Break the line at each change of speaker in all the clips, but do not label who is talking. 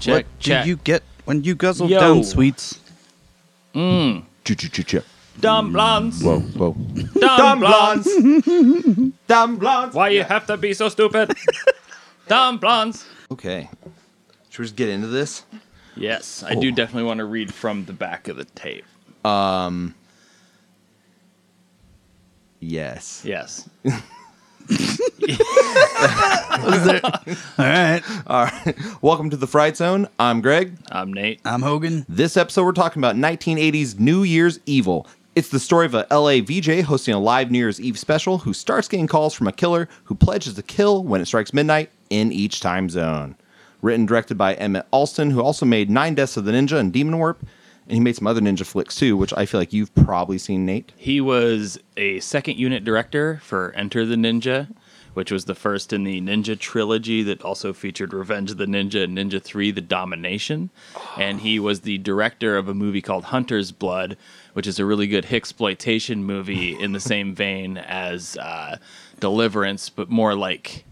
Check.
do you get when you guzzle
Yo.
down sweets?
Mm.
Choo-choo-choo-choo.
Dumb blondes.
Whoa, whoa.
Dumb,
Dumb
blondes.
blondes. Dumb blondes.
Why you have to be so stupid? Dumb blondes.
Okay. Should we just get into this?
Yes, I do definitely want to read from the back of the tape.
Yes.
Yes.
All right,
Welcome to the Fright Zone. I'm Greg.
I'm Nate.
I'm Hogan.
This episode, we're talking about 1980s New Year's Evil. It's the story of a LA VJ hosting a live New Year's Eve special who starts getting calls from a killer who pledges to kill when it strikes midnight in each time zone. Written and directed by Emmett Alston, who also made Nine Deaths of the Ninja and Demon Warp, and he made some other ninja flicks too, which I feel like you've probably seen, Nate.
He was a second unit director for Enter the Ninja, which was the first in the Ninja trilogy that also featured Revenge of the Ninja and Ninja 3 The Domination. And he was the director of a movie called Hunter's Blood, which is a really good Hicksploitation movie in the same vein as uh, Deliverance, but more like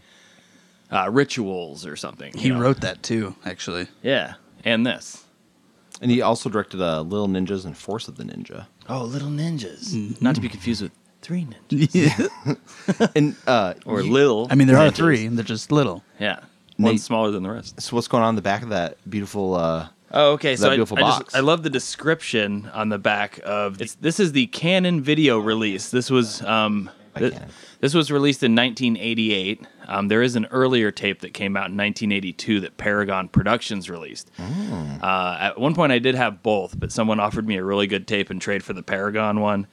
uh, rituals or something. you
He
know?
wrote that too, actually.
Yeah, and this.
And he also directed uh, Little Ninjas and Force of the Ninja.
Oh, Little Ninjas. Not to be confused with Three Ninjas.
And uh,
Or Lil.
I mean, there are
Ninjas.
three, and they're just little.
Yeah. One's
Nate-
smaller than the rest.
so what's going on in the back of that beautiful? Uh,
Oh, okay.
That
So I,
beautiful
I just-
box.
I love the description on the back of it's, this is the Canon video release. This was um,
By
thi-
Canon.
this was released in 1988. Um, there is an earlier tape that came out in 1982 that Paragon Productions released. Uh, at one point, I did have both, but someone offered me a really good tape and trade for the Paragon one.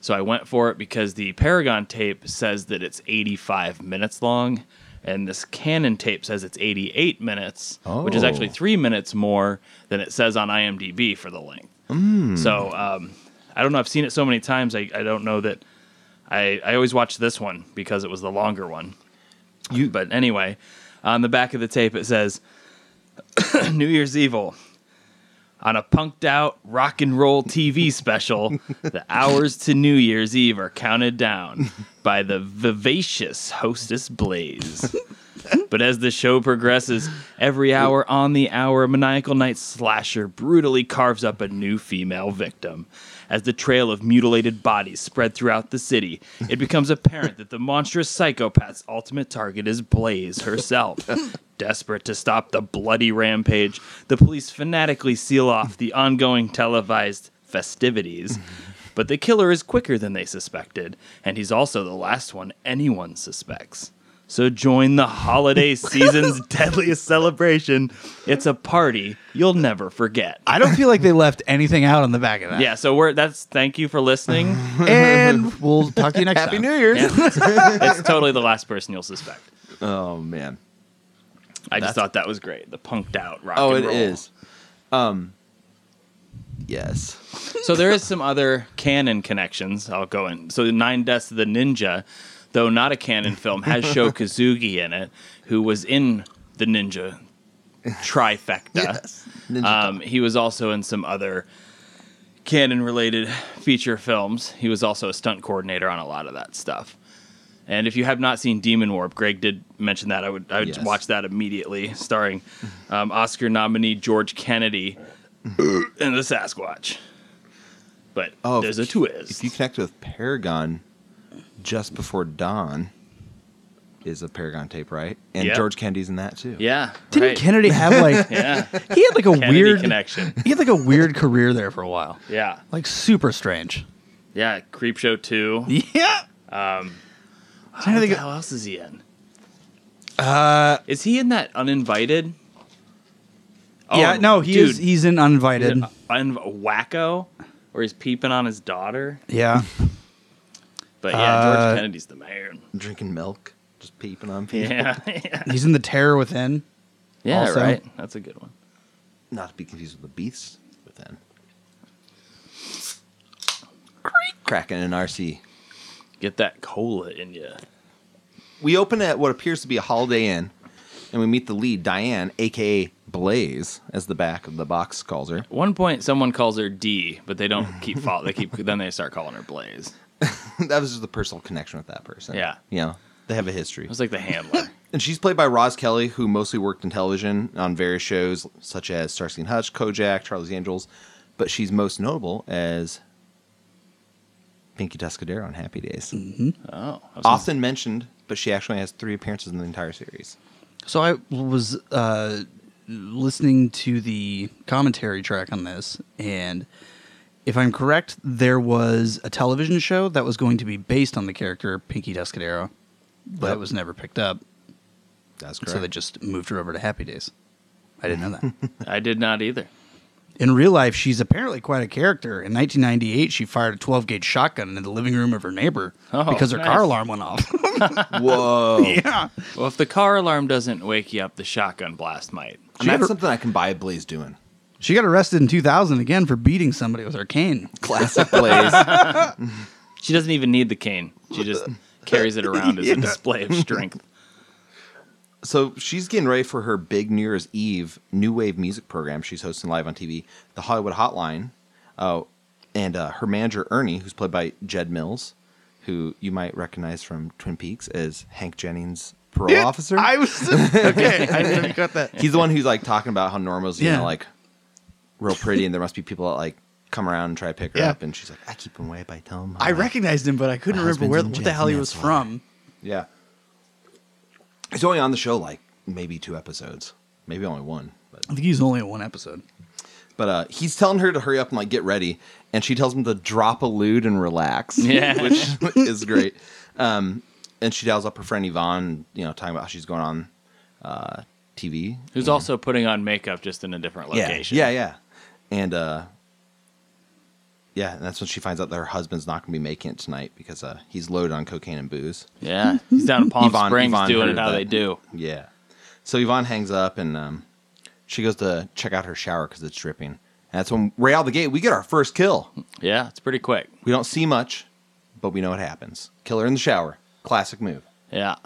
So I went for it because the Paragon tape says that it's 85 minutes long, and this Canon tape says it's 88 minutes, which is
Oh.
actually three minutes more than it says on IMDb for the length.
Hmm.
So um, I don't know. I've seen it so many times. I, I don't know that. I, I always watch this one because it was the longer one.
You-
but anyway, on the back of the tape it says New Year's Evil. On a punked out rock and roll TV special, the hours to New Year's Eve are counted down by the vivacious hostess Blaze. But as the show progresses, every hour on the hour, maniacal night slasher brutally carves up a new female victim. As the trail of mutilated bodies spread throughout the city, it becomes apparent that the monstrous psychopath's ultimate target is Blaze herself. Desperate to stop the bloody rampage, the police fanatically seal off the ongoing televised festivities. But the killer is quicker than they suspected, and he's also the last one anyone suspects. So join the holiday season's deadliest celebration. It's a party you'll never forget.
I don't feel like they left anything out on the back of that.
Yeah, so we're that's thank you for listening.
And we'll talk to you next
Happy
time.
New Year's!
And it's totally the last person you'll suspect.
Oh man.
I just thought that was great. The punked out rock
Oh,
and
it
roll.
is. Um, yes.
so there is some other canon connections. I'll go in. So Nine Deaths of the Ninja, though not a canon film, has Sho Kazugi in it, who was in the Ninja trifecta.
Ninja
Um, he was also in some other canon related feature films. He was also a stunt coordinator on a lot of that stuff. And if you have not seen Demon Warp, Greg did mention that. I would I would
Yes.
watch that immediately, starring um, Oscar nominee George Kennedy and the Sasquatch. But
Oh, if
there's a
If
twist.
you connect with Paragon just before dawn, is a Paragon tape, right? And
Yep.
George Kennedy's in that too.
yeah.
Didn't
right.
Kennedy have like
Yeah.
he had like a
Kennedy
weird
connection.
He had like a weird career there for a while.
Yeah.
Like super strange.
Yeah. Creepshow 2.
Yeah.
Um, What the hell else is he in? Uh, is he in that uninvited?
yeah, no, he
Oh, dude,
is he's in Uninvited.
is it un- wacko, or he's peeping on his daughter.
yeah.
But yeah, George
Uh,
Kennedy's the man.
Drinking milk, just peeping on people.
Yeah, yeah,
He's in The Terror Within. Also-
right. That's a good one.
Not to be confused with the Beast within. Cracking an RC.
Get that cola in you.
We open at what appears to be a Holiday Inn, and we meet the lead, Diane, aka Blaze, as the back of the box calls her.
At one point, someone calls her D, but they don't keep follow. They keep then they start calling her Blaze.
that was just the personal connection with that person.
Yeah.
You know, they have a history.
It was like the handler.
And she's played by Roz Kelly, who mostly worked in television on various shows such as Starsky and Hutch, Kojak, Charlie's Angels, but she's most notable as Pinky Tuscadero on Happy Days.
Oh, I was
Often mentioned, but she actually has three appearances in the entire series.
So I was uh, listening to the commentary track on this, and if I'm correct, there was a television show that was going to be based on the character Pinky Descadero, but
Yep.
it was never picked up,
That's
so they just moved her over to Happy Days. I didn't know that.
gonna- I did not either.
In real life, she's apparently quite a character. In 1998, she fired a 12 gauge shotgun into the living room of her neighbor
Oh,
because her
nice.
car alarm went off.
Whoa.
yeah.
Well, if the car alarm doesn't wake you up, the shotgun blast might.
And that's
ever-
something I can buy Blaze doing.
She got arrested in 2000 again for beating somebody with her cane.
Classic Blaze.
She doesn't even need the cane. She just carries it around as a display of strength.
so she's getting ready for her big New Year's Eve new wave music program she's hosting live on TV, the Hollywood Hotline. Oh, and uh, her manager Ernie, who's played by Jed Mills, who you might recognize from Twin Peaks as Hank Jennings' parole officer.
was okay. I never got that.
He's the one who's like talking about how Norma's you
Yeah.
know like real pretty, and there must be people that like come around and try to pick her
Yeah.
up, and she's like, I keep him away by telling him. how
I recognized him, but I couldn't
My
remember where
husband's
what
in
the hell he
jail,
was
that's why.
from.
Yeah. He's only on the show like maybe two episodes, maybe only one. But,
I think he's only in one episode.
but uh, he's telling her to hurry up and like get ready, and she tells him to drop a lewd and relax,
Yeah.
which is great. Um, and she dials up her friend Yvonne, you know, talking about how she's going on uh, TV.
Who's also putting on makeup just in a different location.
Hmm. Yeah, yeah, yeah. And uh, yeah, and that's when she finds out that her husband's not going to be making it tonight because uh, he's loaded on cocaine and booze.
Yeah. He's down in Palm
Yvonne-
Springs
Yvonne
doing
heard
it how
that.
they do.
Yeah. So Yvonne hangs up and um, she goes to check out her shower because it's dripping. And that's when right out the gate we get our first kill.
Yeah, it's pretty quick.
We don't see much, but we know it happens. Killer in the shower. Classic move.
Yeah.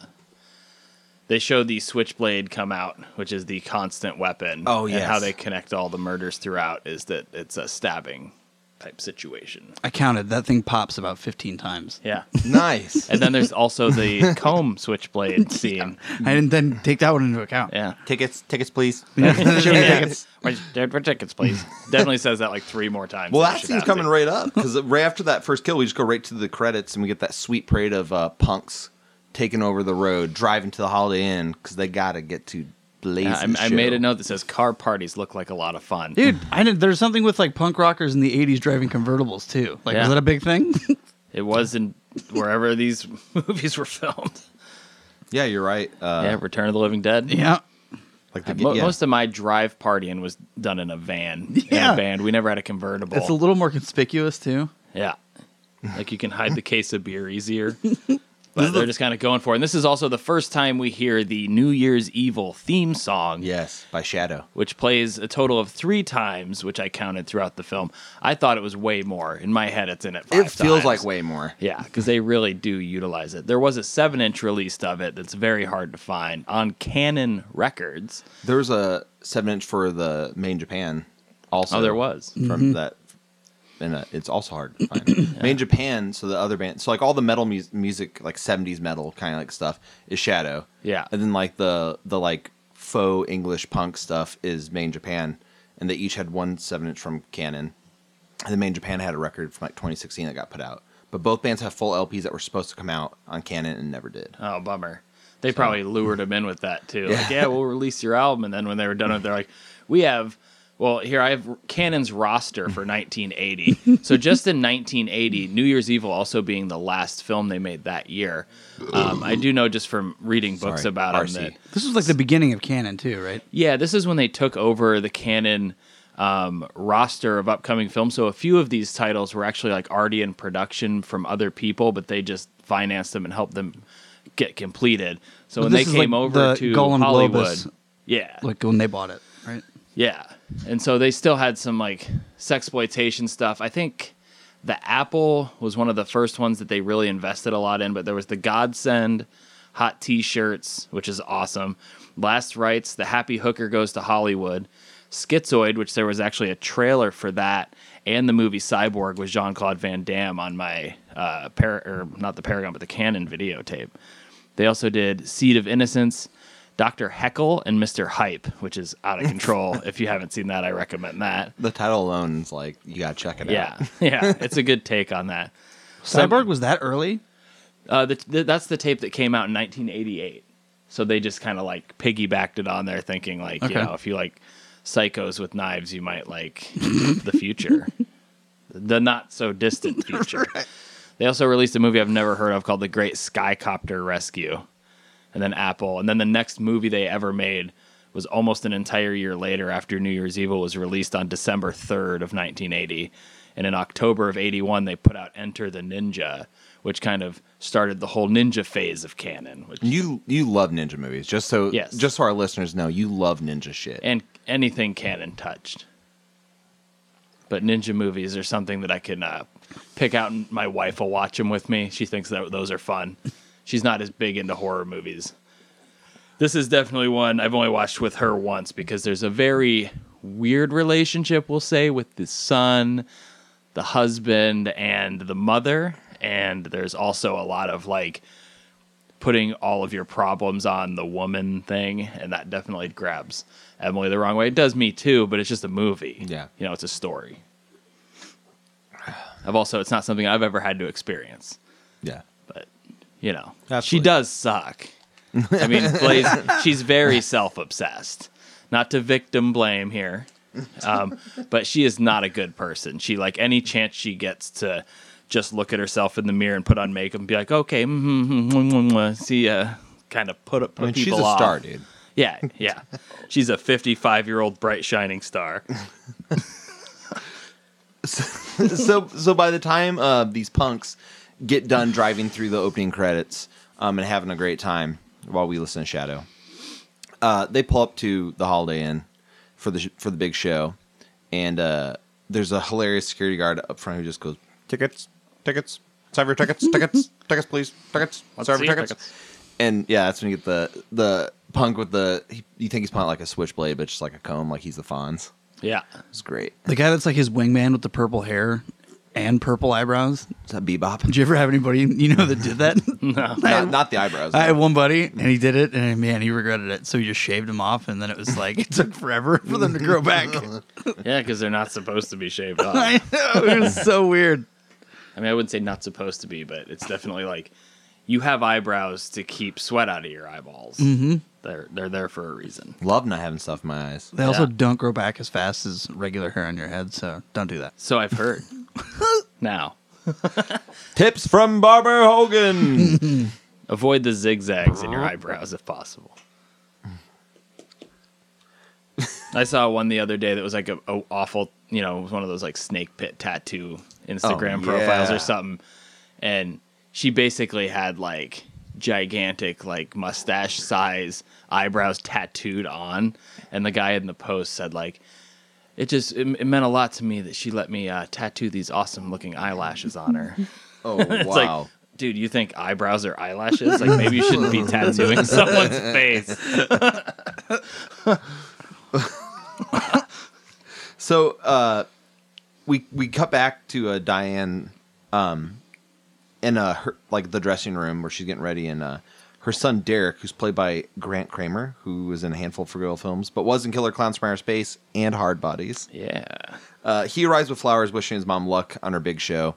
They show the switchblade come out, which is the constant weapon.
Oh,
and
yes.
how they connect all the murders throughout is that it's a stabbing type situation.
I counted that thing pops about 15 times.
Yeah.
Nice.
And then there's also the comb switchblade scene.
I didn't then take that one into account.
Yeah.
tickets, tickets, please.
tickets. For tickets, please. Definitely says that like three more times.
Well,
than
that
it should
scene's
have to.
coming right up because right after that first kill, we just go right to the credits and we get that sweet parade of uh, punks taking over the road, driving to the Holiday Inn because they gotta get to blazing.
Yeah, I, I made a note that says car parties look like a lot of fun.
Dude, I did, there's something with like punk rockers in the 80s driving convertibles too. Like,
Yeah.
was that a big thing?
It was in wherever these movies were filmed.
Yeah, you're right. Uh,
yeah, Return of the Living Dead.
yeah.
like the,
Mo-
yeah.
Most of my drive partying was done in a van. In
Yeah.
a band. We never had a convertible.
It's a little more conspicuous too.
yeah. Like you can hide the case of beer easier. But they're just kind of going for it. And this is also the first time we hear the New Year's Evil theme song.
yes, by Shadow.
which plays a total of three times, which I counted throughout the film. I thought it was way more. In my head, it's in it five
It feels
times.
like way more.
Yeah, because they really do utilize it. There was a seven inch release of it that's very hard to find on Canon Records.
There's a seven inch for the main Japan. Also,
Oh, there was.
from that, and uh, it's also hard to find. Main Japan, so the other band, so like all the metal mu- music, like '70s metal kind of like stuff, is Shadow.
Yeah.
and then like the the like faux English punk stuff is Main Japan, and they each had one seven inch from Canon. And then Main Japan had a record from like 2016 that got put out. But both bands have full LPs that were supposed to come out on Canon and never did.
Oh, bummer. They probably lured him in with that too. Like, yeah, we'll release your album, and then when they were done with, it, they're like, we have. Well, here I have Canon's roster for 1980. so just in 1980, New Year's Evil also being the last film they made that year. Um, I do know just from reading books
Sorry,
about
RC.
him that
This was like the beginning of canon too, right?
yeah, this is when they took over the canon um, roster of upcoming films. So a few of these titles were actually like already in production from other people, but they just financed them and helped them get completed. So
But
when they
this is
came
like
over
the
to
Golem
Hollywood,
Globus.
yeah,
Like when they bought it, right?
yeah, and so they still had some like sexploitation stuff. I think the Apple was one of the first ones that they really invested a lot in, but there was the Godsend hot T-shirts, which is awesome. Last Rites, the Happy Hooker goes to Hollywood. Schizoid, which there was actually a trailer for that, and the movie Cyborg with Jean Claude Van Damme on my uh, par- or not the Paragon, but the Canon videotape. They also did Seed of Innocence, Dr. Heckle and Mr. Hype, which is out of control. if you haven't seen that, I recommend that.
The title alone is like you gotta check it
Yeah,
out.
yeah, it's a good take on that.
Cyborg was that early?
Uh, the, the, that's the tape that came out in 1988. So they just kind of like piggybacked it on there, thinking like,
Okay.
you know, if you like psychos with knives, you might like the future, the not so distant future. They also released a movie I've never heard of called The Great Skycopter Rescue, and then Apple, and then the next movie they ever made was almost an entire year later after New Year's Evil was released on December 3rd of 1980. And in October of 81, they put out Enter the Ninja, which kind of started the whole ninja phase of canon, which
You you love ninja movies. Just so
Yes.
just so our listeners know, you love ninja shit.
and anything canon touched. But ninja movies are something that I can uh, pick out, and my wife will watch them with me. She thinks that those are fun. She's not as big into horror movies. This is definitely one I've only watched with her once because there's a very weird relationship, we'll say, with the son, the husband, and the mother. And there's also a lot of like putting all of your problems on the woman thing, and that definitely grabs Emily the wrong way. It does me too, but it's just a movie.
Yeah.
You know, it's a story. I've also, it's not something I've ever had to experience,
yeah.
but you know, she
Absolutely.
does suck. I mean, Blaze, she's very self obsessed. Not to victim blame here, um, but she is not a good person. She, like, any chance she gets to just look at herself in the mirror and put on makeup and be like, okay, mm-hmm, see ya, kind of put, put
I mean, she's
people
a
off.
star, dude.
Yeah, yeah. She's a 55 year old bright shining star.
so so by the time uh, these punks get done driving through the opening credits um, and having a great time while we listen to Shadow, uh, they pull up to the Holiday Inn for the sh- for the big show, and uh, there's a hilarious security guard up front who just goes tickets, tickets, serve your tickets, tickets, tickets, please, tickets, serve
see
your
your
tickets.
tickets.
And yeah, that's when you get the the punk with the he, you think he's playing like a switchblade, but just like a comb, like he's the Fonz.
Yeah.
It's great.
The guy that's like his wingman with the purple hair and purple eyebrows.
Is that bebop?
Did you ever have anybody you know that did that?
Not, not the eyebrows.
I had one buddy, and he did it, and man, he regretted it. So he just shaved him off, and then it was like it took forever for them to grow back.
Yeah, because they're not supposed to be shaved off.
I know it was so weird.
I mean, I wouldn't say not supposed to be, but it's definitely like you have eyebrows to keep sweat out of your eyeballs. Mm-hmm. They're they're there for a reason.
Love not having stuff in my eyes.
They also
Yeah.
don't grow back as fast as regular hair on your head, so don't do that.
So I've heard. now,
Tips from Barber Hogan.
avoid the zigzags in your
Uh-huh.
eyebrows if possible. I saw one the other day that was like a, a awful, you know, it was one of those like snake pit tattoo Instagram
Oh,
profiles
yeah.
or something. And she basically had like gigantic like mustache size eyebrows tattooed on and the guy in the post said like it just it, it meant a lot to me that she let me uh, tattoo these awesome looking eyelashes on her
oh
it's like, dude, you think eyebrows are eyelashes? Like maybe you shouldn't be tattooing someone's face.
so uh, we we cut back to uh, Diane um, in uh, her, like the dressing room where she's getting ready, and uh, her son Derek, who's played by Grant Kramer, who was in a handful of Fergal films, but was in Killer Clowns from Outer Space and Hard Bodies.
Yeah.
Uh, he arrives with flowers, wishing his mom luck on her big show,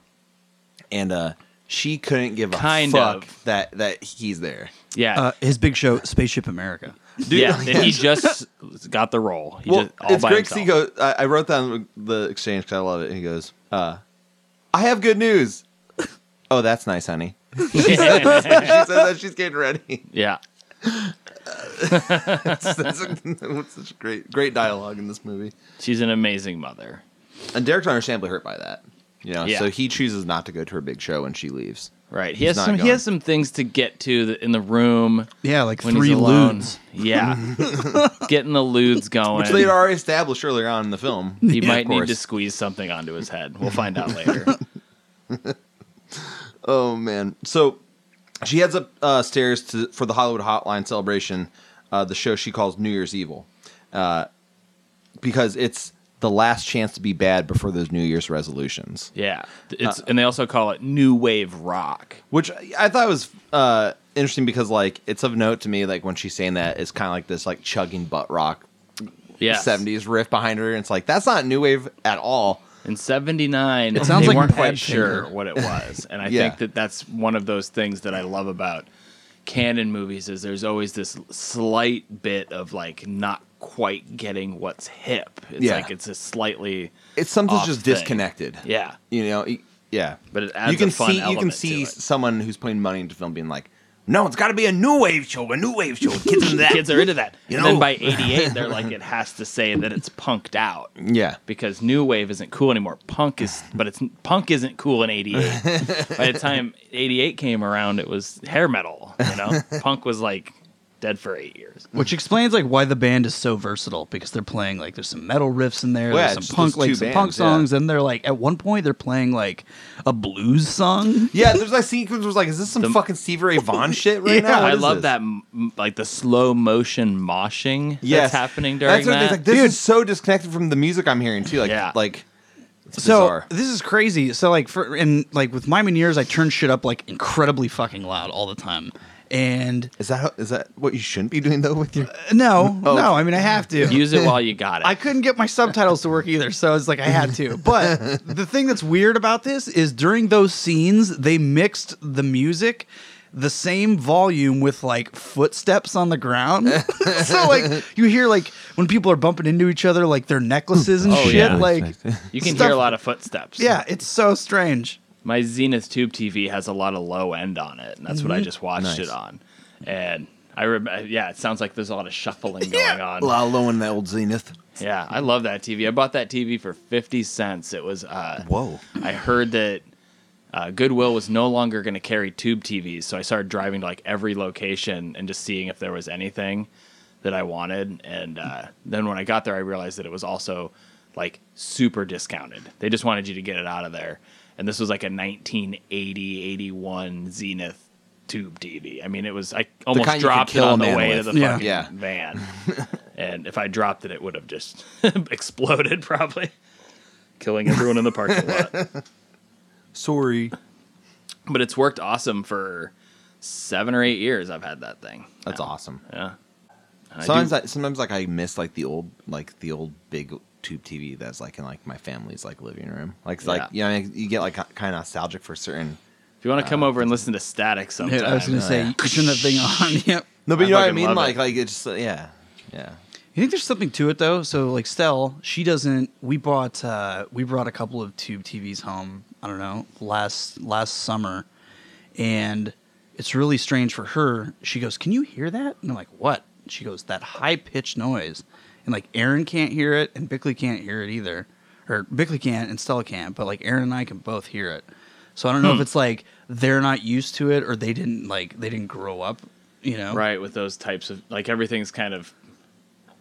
and uh, she couldn't give a
Kind
fuck
of.
that that he's there.
Yeah.
Uh, his big show, Spaceship America.
yeah. And he just got the role. He
well,
just, all
it's
by
great 'cause he
himself.
goes. I, I wrote down the exchange because I love it. He goes, uh, "I have good news." oh, that's nice, honey. she says that she's getting ready.
yeah.
It's- that's a- it's such great, great dialogue in this movie.
She's an amazing mother.
And Derek's understandably hurt by that. You know,
Yeah.
so he chooses not to go to her big show when she leaves.
Right. He
He's
has
not
some he
going.
has some things to get to that- in the room
Yeah, like
when
three
he's alone.
loons.
Yeah. Getting the lewds going.
Which they'd already established earlier on in the film.
he
Of
might need
course.
to squeeze something onto his head. We'll find out later.
Oh man! So she heads up uh, stairs to for the Hollywood Hotline celebration, uh, the show she calls New Year's Evil, uh, because it's the last chance to be bad before those New Year's resolutions.
Yeah. It's and they also call it new wave rock.
Which I thought was uh, interesting because like it's of note to me like when she's saying that it's kind of like this like chugging butt rock
Yeah.
70s riff behind her and it's like that's not new wave at all
In 79,
It sounds
they
like
weren't
Bad
quite
Finger.
sure what it was. And I
Yeah.
think that that's one of those things that I love about canon movies is there's always this slight bit of like not quite getting what's hip. It's
Yeah.
like it's a slightly
it's something's
Off
just
thing.
disconnected
yeah.
you know y- yeah
But it adds
you can
a fun
see you can
element to
see
it.
someone who's putting money into film being like no it's got to be a new wave show a new wave show kids into that
Kids are into that.
You
and then
know.
by 88 they're like it has to say that it's punked out.
yeah
because new wave isn't cool anymore. Punk is, but it's punk isn't cool in '88. By the time '88 came around, it was hair metal. You know, punk was like dead for eight years.
Which explains like why the band is so versatile because they're playing like there's some metal riffs in there,
Well, yeah,
there's
it's
some
just
punk like
two
some
bands,
punk
yeah.
songs, and they're like at one point they're playing like a blues song.
yeah there's like sequence was like is this some fucking stevie ray vaughan shit right now What
I
is
love
this?
that, m- like the slow motion moshing
yes.
that's happening during
That's what it is,
that.
Like, this is so disconnected from the music I'm hearing too. Like,
Yeah.
like it's
So
bizarre.
this is crazy. So like for and like with my years, I turn shit up like incredibly fucking loud all the time. And
Is that is that what you shouldn't be doing though with your?
uh, no, no, I mean I have to.
Use it while Oh. you got it.
I couldn't get my subtitles to work either, so it's like I had to. But the thing that's weird about this is during those scenes, they mixed the music the same volume with like footsteps on the ground. so like you hear like when people are bumping into each other, like their necklaces and
Oh,
shit.
yeah.
Like
you can
stuff-
hear a lot of footsteps.
yeah, it's so strange.
my Zenith Tube TV has a lot of low end on it, and that's what
Mm-hmm.
I just watched it on. And I remember, yeah, it sounds like there's a lot of shuffling going on.
Lalo and that old Zenith.
Yeah, I love that TV. I bought that TV for 50 cents. It was uh
Whoa.
I heard that uh, Goodwill was no longer going to carry tube TVs, so I started driving to like every location and just seeing if there was anything that I wanted. And uh, then when I got there, I realized that it was also like super discounted. They just wanted you to get it out of there. And this was like a 1980 81 Zenith tube TV. I mean, it was I almost
kind you could
dropped it
kill a
on the
man
way
with.
to the
Yeah.
fucking
Yeah.
van. and if I dropped it, it would have just exploded probably, killing everyone in the parking lot
Sorry,
but it's worked awesome for seven or eight years. I've had that thing.
that's awesome.
Yeah. And I
Sometimes
do-
I, sometimes like I miss like the old like the old big tube TV that's like in like my family's like living room. Like it's like you know you get like kind of nostalgic for certain.
if you want to come over and listen to Static sometime,
I was gonna say you turn that thing on. Yep.
No, but
I
you know what I
fucking
mean.
love
Like
it.
like it's just uh, yeah yeah.
You think there's something to it though? So like Stell, she doesn't. We bought uh, we brought a couple of tube TVs home. I don't know last last summer, and it's really strange for her. She goes, "Can you hear that?" And I'm like, "What?" She goes, "That high pitched noise." And like Aaron can't hear it, and Bickley can't hear it either, or Bickley can't and Stella can't, but like Aaron and I can both hear it. So I don't know if it's like they're not used to it, or they didn't like they didn't grow up, you know?
right with those types of like everything's kind of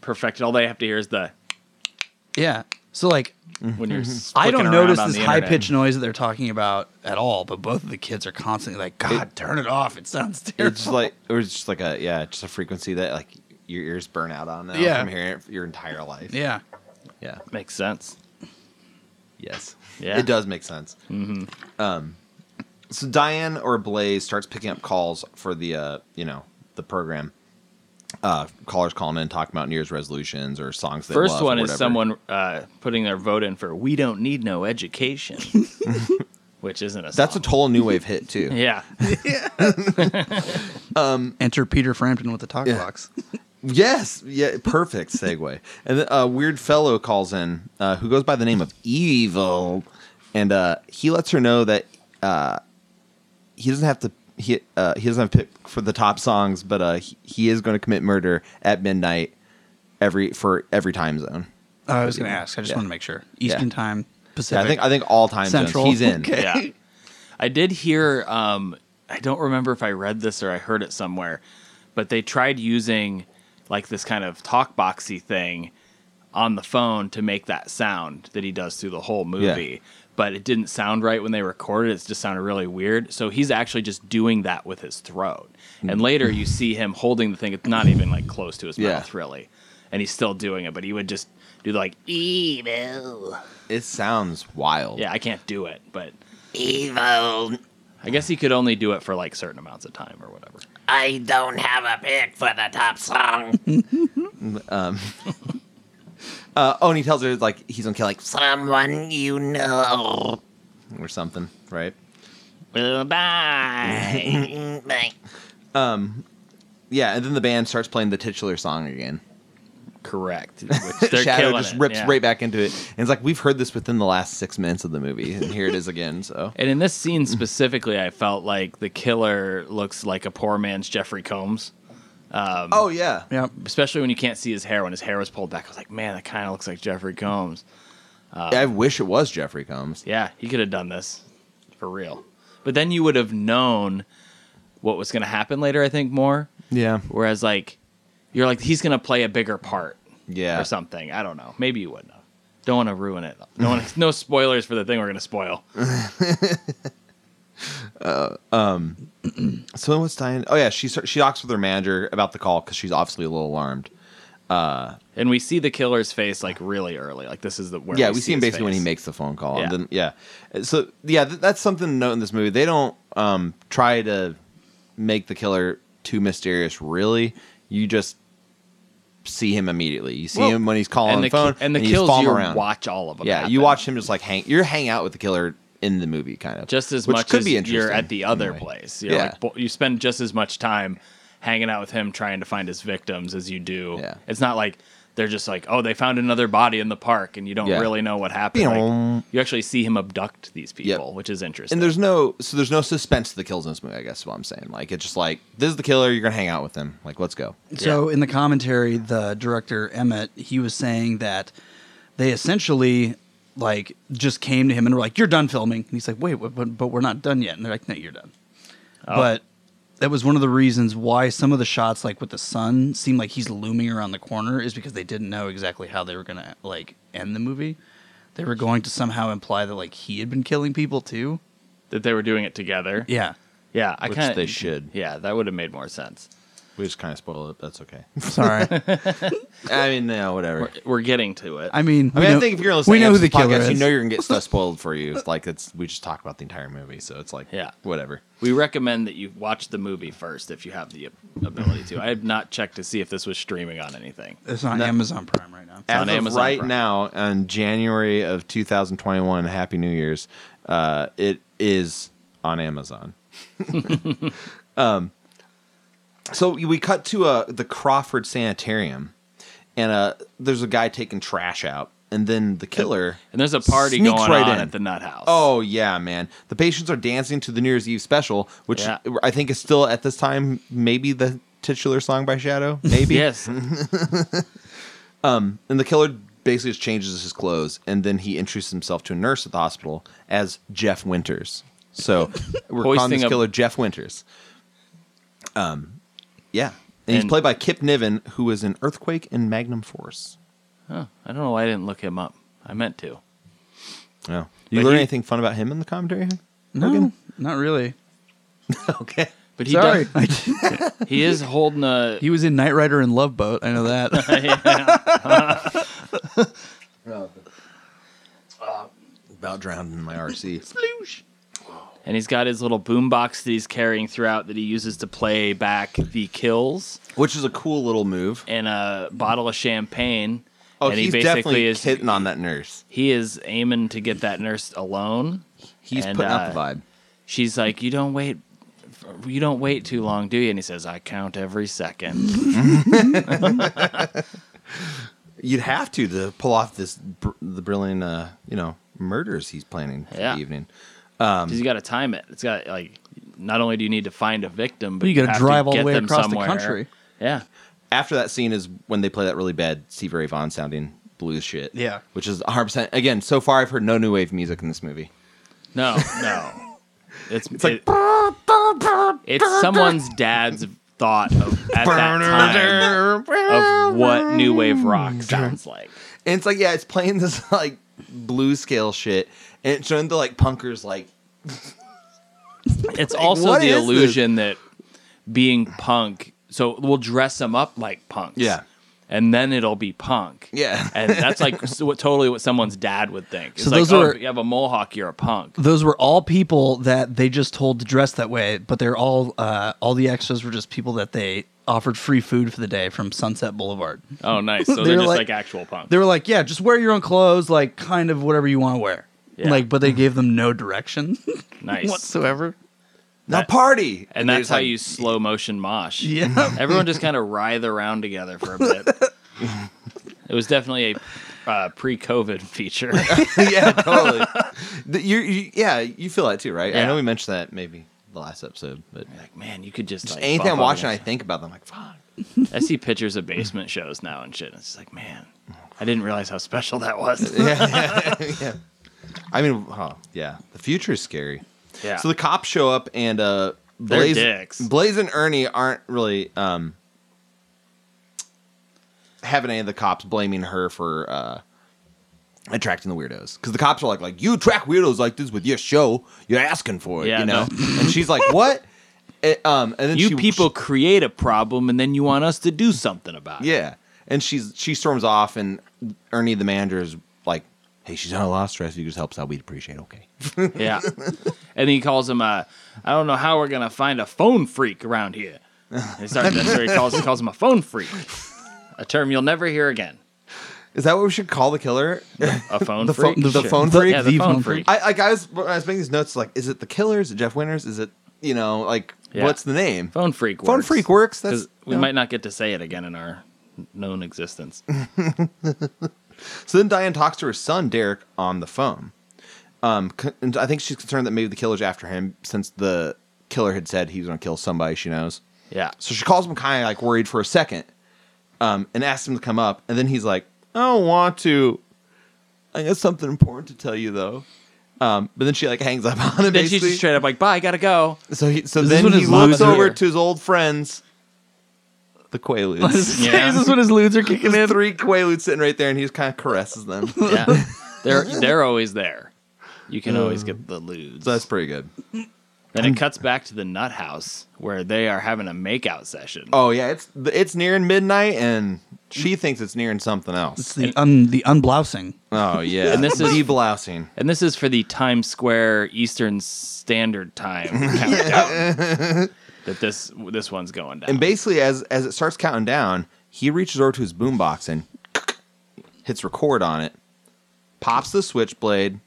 perfected. All they have to hear is the
Yeah. So like
when you're.
I
flicking
don't
around
notice
on
this
the
high
internet.
pitched noise that they're talking about at all, but both of the kids are constantly like, God, turn it off. It sounds terrible.
It's just like it was just like a yeah, just a frequency that like your ears burn out on now
Yeah.
from hearing it your entire life.
yeah.
Yeah.
Makes sense.
Yes.
Yeah.
It does make sense. Mm-hmm. Um, so Diane or Blaze starts picking up calls for the uh, you know the program. Uh, callers calling in talking about New Year's resolutions or songs. They
First
love or
one is
whatever.
someone uh, putting their vote in for "We Don't Need No Education," which isn't a.
That's a
song.
total new wave hit too.
Yeah.
Enter Peter Frampton with the talk box.
Yes, yeah, perfect segue. and then a weird fellow calls in uh, who goes by the name of Evil, and uh, he lets her know that uh, he doesn't have to. He uh, he doesn't have to pick for the top songs, but uh, he, he is going to commit murder at midnight every for every time zone.
Oh, I was going to ask. I just
Yeah.
want to make sure. Eastern
Yeah.
time,
Yeah,
Pacific.
I think I think all time
Central.
zones he's in.
Okay.
yeah. I did hear. Um, I don't remember if I read this or I heard it somewhere, but they tried using like this kind of talk boxy thing on the phone to make that sound that he does through the whole movie. But it didn't sound right when they recorded it. It just sounded really weird. So he's actually just doing that with his throat. And later you see him holding the thing. It's not even like close to his
Yeah.
mouth, really. And he's still doing it, but he would just do like, evil.
It sounds wild.
Yeah, I can't do it, but evil. I guess he could only do it for like certain amounts of time or whatever.
I don't have a pick for the top song.
Uh, oh, and he tells her like he's gonna kill like
Someone you know
or something, right?
will die.
Yeah, and then the band starts playing the titular song again.
Correct. Which they're
Shadow
killing
just
it,
rips
yeah.
right back into it, and it's like we've heard this within the last six minutes of the movie, and here it is again. So
And in this scene
Mm-hmm.
specifically, I felt like the killer looks like a poor man's Jeffrey Combs. Um,
oh yeah,
Yeah.
Especially when you can't see his hair. When his hair was pulled back, I was like, man, that kind of looks like Jeffrey Combs.
I wish it was Jeffrey Combs.
Yeah, he could have done this for real. But then you would have known what was going to happen later, I think, more.
Yeah,
Whereas, like, you're like, he's going to play a bigger part
yeah.
or something. I don't know. Maybe you wouldn't have. Don't want to ruin it. No, wanna, no spoilers for the thing we're going to spoil.
So then what's Diane? Oh yeah, she start- she talks with her manager about the call because she's obviously a little alarmed.
And we see the killer's face, like, really early. Like, this is the where
yeah, we, see him
his
basically when he
face.
makes the phone call.
Yeah.
And then, yeah. So yeah, th- that's something to note in this movie. They don't um, try to make the killer too mysterious. Really, you just see him immediately. You see
Well,
him when he's calling
and
on
the,
the phone,
ki- and the
you just
kills
follow him
you
around.
watch all of them.
Yeah,
happen.
you watch him just like hang. You're hanging out with the killer in the movie, kind of.
just as
which
much
could
as
be interesting.
you're at the other
anyway.
place. You're
Yeah.
like, bo- you spend just as much time hanging out with him trying to find his victims as you do.
Yeah.
It's not like they're just like, oh, they found another body in the park and you don't
Yeah.
really know what happened.
Pew.
Like, you actually see him abduct these people, which is interesting.
And there's no so there's no suspense to the kills in this movie. I guess is what I'm saying. Like it's just like this is the killer. You're gonna hang out with him. Like let's go.
So in the commentary, the director Emmett he was saying that they essentially like just came to him and were like, "You're done filming," and he's like, "Wait, but, but, but we're not done yet," and they're like, "No, you're done."
Oh.
But that was one of the reasons why some of the shots, like with the sun, seem like he's looming around the corner, is because they didn't know exactly how they were gonna like end the movie. They were going to somehow imply that like he had been killing people too.
that they were doing it together.
Yeah.
Yeah, I
Which
kind of
they should.
Yeah, that would have made more sense.
We just kind of spoiled it. That's okay.
Sorry.
I mean, no, whatever.
We're getting to it.
I mean,
I
we
mean, I
know-
think if you're listening,
we know
to
who
this
the killer
podcast,
is.
You know you're gonna get stuff spoiled for you. It's Like it's we just talk about the entire movie, so it's like
Yeah.
whatever.
we recommend that you watch the movie first if you have the ability to. I have not checked to see if this was streaming on anything.
it's on Amazon Prime right now.
As
on
of
Amazon
right
Prime.
now, on January of 2021, Happy New Year's. Uh, it is on Amazon. um, so we cut to uh, the Crawford Sanitarium, and uh, there's a guy taking trash out, and then the killer.
And there's a party
Sneaks
going
right
on
in.
at the Nut House.
Oh yeah, man! The patients are dancing to the New Year's Eve special, which
Yeah.
I think is still at this time maybe the titular song by Shadow. Maybe
yes.
And the killer basically just changes his clothes, and then he introduces himself to a nurse at the hospital as Jeff Winters. So we're calling
Hoisting
this
a-
killer Jeff Winters. Um, yeah, and, he's
And-
played by Kip Niven, who was in Earthquake and Magnum Force.
Huh. I don't know why I didn't look him up. I meant to.
Yeah, you
Oh. But
learn
he-
anything fun about him in the commentary?
No, not really.
Okay.
But he
Sorry.
does, he is holding a
he was in Knight Rider and Love Boat. I know that.
About drowned in my RC.
and he's got his little boom box that he's carrying throughout that he uses to play back the kills
Which is a cool little move.
and a bottle of champagne.
Oh,
and he
he's
basically
definitely
is
hitting on that nurse.
he is aiming to get that nurse alone.
He's
And,
putting out
uh,
the vibe.
She's like, "You don't wait you don't wait too long, do you?" And he says, "I count every
Mm.
second.
You'd have to to pull off this br- the brilliant, uh, you know, murders he's planning for
Yeah.
the evening.
Cuz you got to time it. It's got like not only do you need to find a victim, but
You
got to
gotta drive all the
get
way
them
across the
somewhere.
country.
Yeah.
After that scene is when they play that really bad Steve Ray Vaughan sounding blues shit.
Yeah.
which is 100. percent Again, so far I've heard no new wave music in this movie.
No, no. It's, it's
like-
it's someone's dad's thought of, at that time of what new wave rock sounds like.
And it's like, yeah, it's playing this like blues scale shit, and it's showing the like punkers like
It's also
what
the
is this?
illusion that being punk, so we'll dress them up like punks.
Yeah.
and then it'll be punk.
Yeah.
and that's like so what totally what someone's dad would think. It's
So
like,
those
oh,
are-
if you have a mohawk, you're a punk.
Those were all people that they just told to dress that way, but they're all uh, all the extras were just people that they offered free food for the day from Sunset Boulevard.
Oh, nice. So they're,
They're
just like,
like-
actual punk.
They were like, "Yeah, just wear your own clothes, like kind of whatever you want to wear."
Yeah.
Like, but they gave them no direction
Nice.
whatsoever.
Now party.
and
they
that's
just
how
like-
you slow motion mosh.
Yeah,
Everyone just kind of writhed around together for a bit. it was definitely a uh, pre-COVID feature.
yeah, totally. The- you you- yeah, you feel that too, right? I
Yeah.
know we mentioned that maybe the last episode, but
like, man, you could just, like,
anything
bump
I'm
up
watching, I
against-
think about them. I'm like, fuck.
I see pictures of basement shows now and shit. and It's just like, man, I didn't realize how special that was.
yeah, yeah, yeah. I mean, huh, yeah. The future is scary.
Yeah.
So the cops show up and uh,
They're
Blaze,
dicks.
Blaze and Ernie aren't really um having any of the cops blaming her for uh attracting the weirdos because the cops are like like you attract weirdos like this with your show you're asking for it
Yeah,
you know and she's like what It- um and then
you
she-
people create a problem and then you want us to do something about it.
yeah. And she's she storms off and Ernie the manager is like, Hey, she's not a law stress, if you just help us out, we'd appreciate it. okay.
Yeah. and he calls him, uh, I don't know how we're going to find a phone freak around here. He starts, that's where he calls, he calls him a phone freak, a term you'll never hear again.
Is that what we should call the killer?
A phone
The
freak?
phone- the
Sure.
phone freak?
Yeah, the,
The
phone,
phone
freak.
I like I was when I was making these notes, like, is it the killer? Is it Jeff Winters? Is it you know, like
Yeah.
what's the name?
phone freak works.
Phone freak works. That's
'Cause we
you know.
might not get to say it again in our known existence.
So then Diane talks to her son Derek on the phone. Um, c- and I think she's concerned that maybe the killer's after him since the killer had said he was going to kill somebody she knows.
Yeah.
So she calls him kind of like worried for a second um, and asks him to come up. And then he's like, I don't want to. I got something important to tell you though. Um, but then she like hangs up on him.
Then she's
basically.
just straight up like, bye, gotta go.
so he, so
Is this
then
when
he
his mom
looks
is
over
here?
to his old friends, the Quaaludes.
Yeah.
Is this when his ludes are kicking in?
There's three Quaaludes sitting right there, and he just kind of caresses them. so
Yeah. they're, they're always there. You can always get the lewds.
Um, that's pretty good.
Then it cuts back to the nut house where they are having a makeout session.
Oh yeah, it's it's nearing midnight, and she thinks it's nearing something else.
It's the un, the unblousing.
Oh yeah,
And this is-
deblousing.
And this is for the Times Square Eastern Standard Time countdown. that this this one's going down.
And basically, as as it starts counting down, he reaches over to his boombox and hits record on it, pops the switchblade.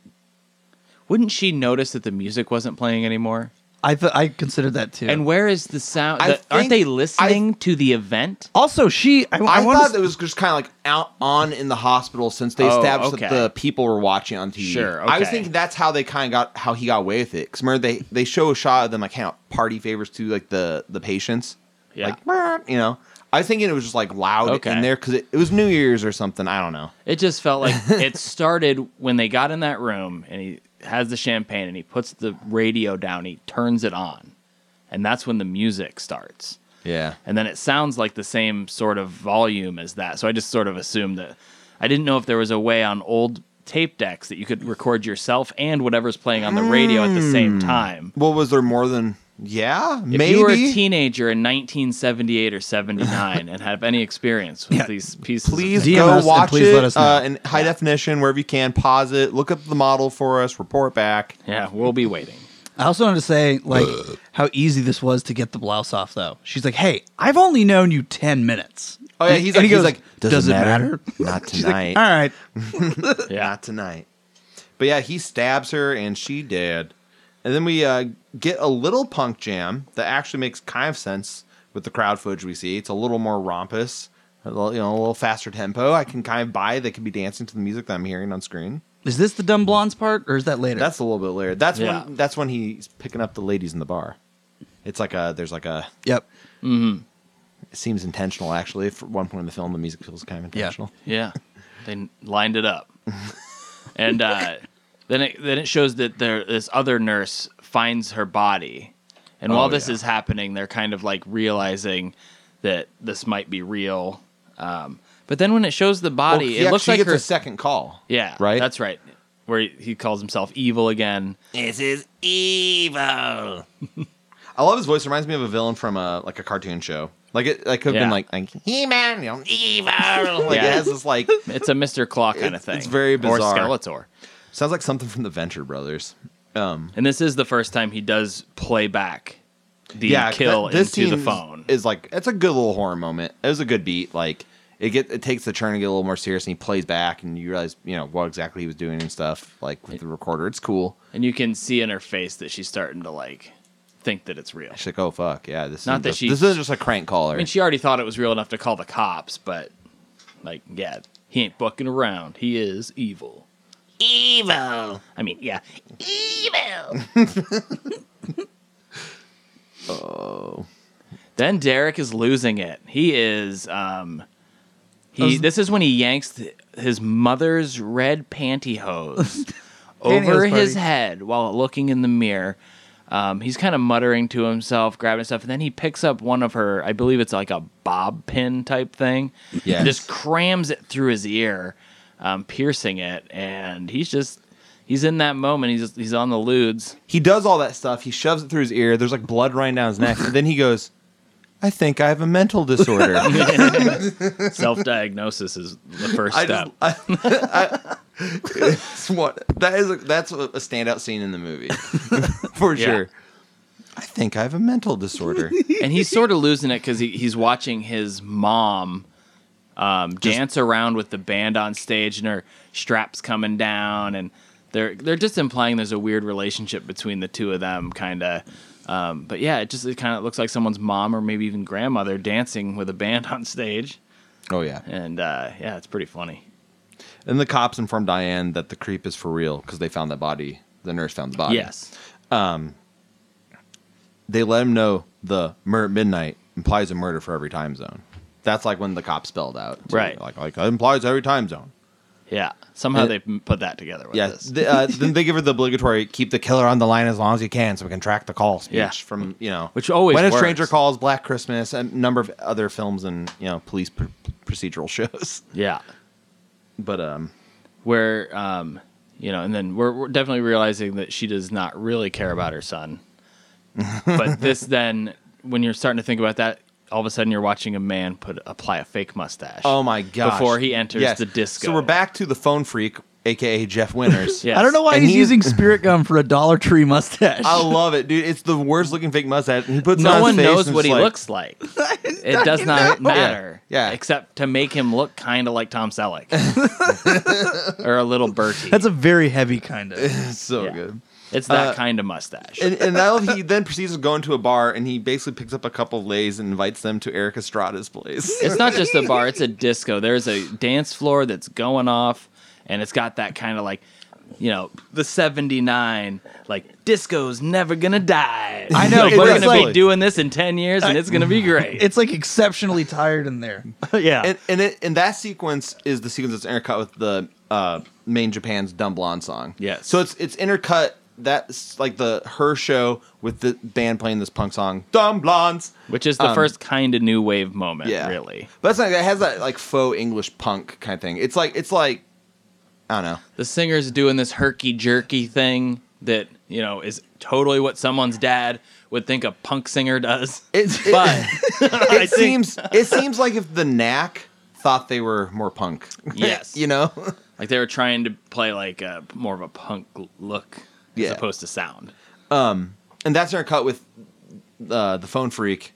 Wouldn't she notice that the music wasn't playing anymore?
I th- I considered that too.
And where is the sound?
I
the- aren't
think-
they listening to the event?
also, she I,
I,
I, wanna
thought
s-
that was just kind of like out on in the hospital since they
Oh,
established that
okay.
the people were watching on TV.
Sure,
I was
okay.
thinking that's how they kind of got how he got away with it. Because remember they they show a shot of them like handing out party favors to like the the patients.
Yeah.
Like "Brr," you know, I was thinking it was just like loud
Okay.
in there because it, it was New Year's or something. I don't know.
It just felt like it started when they got in that room and he has the champagne and he puts the radio down, he turns it on. And that's when the music starts.
Yeah.
and then it sounds like the same sort of volume as that. So I just sort of assumed that I didn't know if there was a way on old tape decks that you could record yourself and whatever's playing on the radio at the same
Hmm.
time.
Well, was there more than? Yeah,
If
maybe.
you were a teenager in 1978 or 79 and have any experience with
Yeah.
these pieces, of
please
thing-
DM us
go
and
watch
please
it
let us know.
Uh, in high definition wherever you can. Pause it. Look up the model for us. Report back.
yeah, we'll be waiting.
I also wanted to say like how easy this was to get the blouse off though. She's like, "Hey, I've only known you ten minutes."
Oh, yeah,
And-
he's
and
like-
he
he's
goes,
like,
does,
"Does it
it matter?"
Not
She's like,
tonight.
"All right."
Yeah,
Not tonight. But yeah, he stabs her and she dead. And then we uh, get a little punk jam that actually makes kind of sense with the crowd footage we see. It's a little more rompous, a little, you know, a little faster tempo. I can kind of buy they could be dancing to the music that I'm hearing on screen.
Is this the dumb blondes part, or is that later?
That's a little bit later. That's
Yeah.
when that's when he's picking up the ladies in the bar. It's like a there's like a
yep.
it seems intentional actually. For one point in the film, the music feels kind of
Yeah.
intentional.
Yeah, they lined it up, and uh, then it then it shows that there this other nurse finds her body, and
Oh,
while this
yeah.
is happening, they're kind of like realizing that this might be real. Um, but then when it shows the
Well,
body,
yeah,
it looks
she
like
gets
her.
a second call.
yeah,
right?
That's right. Where he- he calls himself evil again.
This is evil.
I love his voice. Reminds me of a villain from a uh, like a cartoon show. Like it, like could have
Yeah.
been like, like He Man, you know, evil. Like
Yeah.
it has this like
It's a Mr. Claw kind of
It's-
thing.
it's very bizarre.
Or Skeletor.
sounds like something from the Venture Brothers.
And this is the first time he does play back the kill
th- this
into the
scene's-
phone.
is like it's a good little horror moment. It was a good beat. Like it get it takes the turn to get a little more serious, and he plays back, and you realize you know what exactly he was doing and stuff. Like with the recorder, it's cool.
and you can see in her face that she's starting to like think that it's real.
She's like, oh fuck, yeah, this
Not
isn't
that
just,
she-
this isn't just a crank caller.
I mean, she already thought it was real enough to call the cops, but like, yeah, he ain't bucking around. He is evil.
Evil.
I mean, yeah,
Evil.
Then Derek is losing it. He is. Um, he.
was-
this is when he yanks th- his mother's red pantyhose
Pantyhose
over
party.
his head while looking in the mirror. Um, he's kind of muttering to himself, grabbing stuff, and then he picks up one of her. I believe it's like a bob pin type thing.
Yes.
and just crams it through his ear, um, piercing it, and he's just. He's in that moment. He's just, he's on the lewds.
he does all that stuff. He shoves it through his ear. There's like blood running down his neck, and then he goes, "I think I have a mental disorder."
Self diagnosis is the first
I
step.
just, I, it's what that is. A, that's a a standout scene in the movie for
Yeah.
sure. I think I have a mental disorder.
and he's sort of losing it because he, he's watching his mom um, dance around with the band on stage and her straps coming down and they're they're just implying there's a weird relationship between the two of them kind of um, but yeah it just it kind of looks like someone's mom or maybe even grandmother dancing with a band on stage
oh yeah.
and uh, yeah it's pretty funny
And the cops informed Diane that the creep is for real because they found the body. The nurse found the body.
yes
They let him know the murder midnight implies a murder for every time zone. That's like when the cops spelled out. too.
Right.
Like like it implies every time zone.
yeah somehow
Uh,
they put that together with
Yes.
this
Th- uh, then they give her the obligatory "keep the killer on the line as long as you can, so we can track the call" speech
Yeah.
from you know,
Which always
when a
works.
stranger calls, Black Christmas, a number of other films and you know police pr- procedural shows.
yeah
But um,
where um you know and then we're, we're definitely realizing that she does not really care about her son but this then when you're starting to think about that all of a sudden you're watching a man put apply a fake mustache
oh my god!
before he enters the disco
So we're back to the phone freak, aka Jeff Winters.
Yes.
I don't know why
And Oh.
he's,
he's-
using spirit gum for a Dollar Tree mustache.
I love it, dude. It's the worst looking fake mustache. He puts it on
no
his
one
face
knows
and
what
it's
he
like-
looks like it does not matter
Yeah, yeah.
except to make him look kind of like tom selleck or a little bertie
That's a very heavy kind of.
It's so
Yeah.
good.
it's that
uh,
kind of mustache
And, and now he then proceeds to go into a bar and he basically picks up a couple of lays and invites them to Eric Estrada's place.
It's not just a bar, it's a disco. There's a dance floor that's going off and it's got that kind of like you know, the 79 like disco's never going to die.
I know,
Like,
but
we're going
it's
to be
like-
doing this in 10 years and it's going to be great.
It's like exceptionally tired in there. yeah.
and and, it, and that sequence is the sequence that's intercut with the uh, main Japan's Dumb Blonde song.
Yes.
So it's it's intercut. That's like the her show with the band playing this punk song, Dumb Blondes.
which is the
um,
first kind of new wave moment,
Yeah,
really.
But that's like that has that like faux English punk kind of thing. It's like it's like I don't know.
The singer's doing this herky jerky thing that, you know, is totally what someone's dad would think a punk singer does.
It's, it,
But
it
I think-
seems it seems like if the Knack thought they were more punk.
Yes.
you know.
like they were trying to play like a more of a punk look
Yeah.
as opposed to sound.
and that's intercut with uh, the phone freak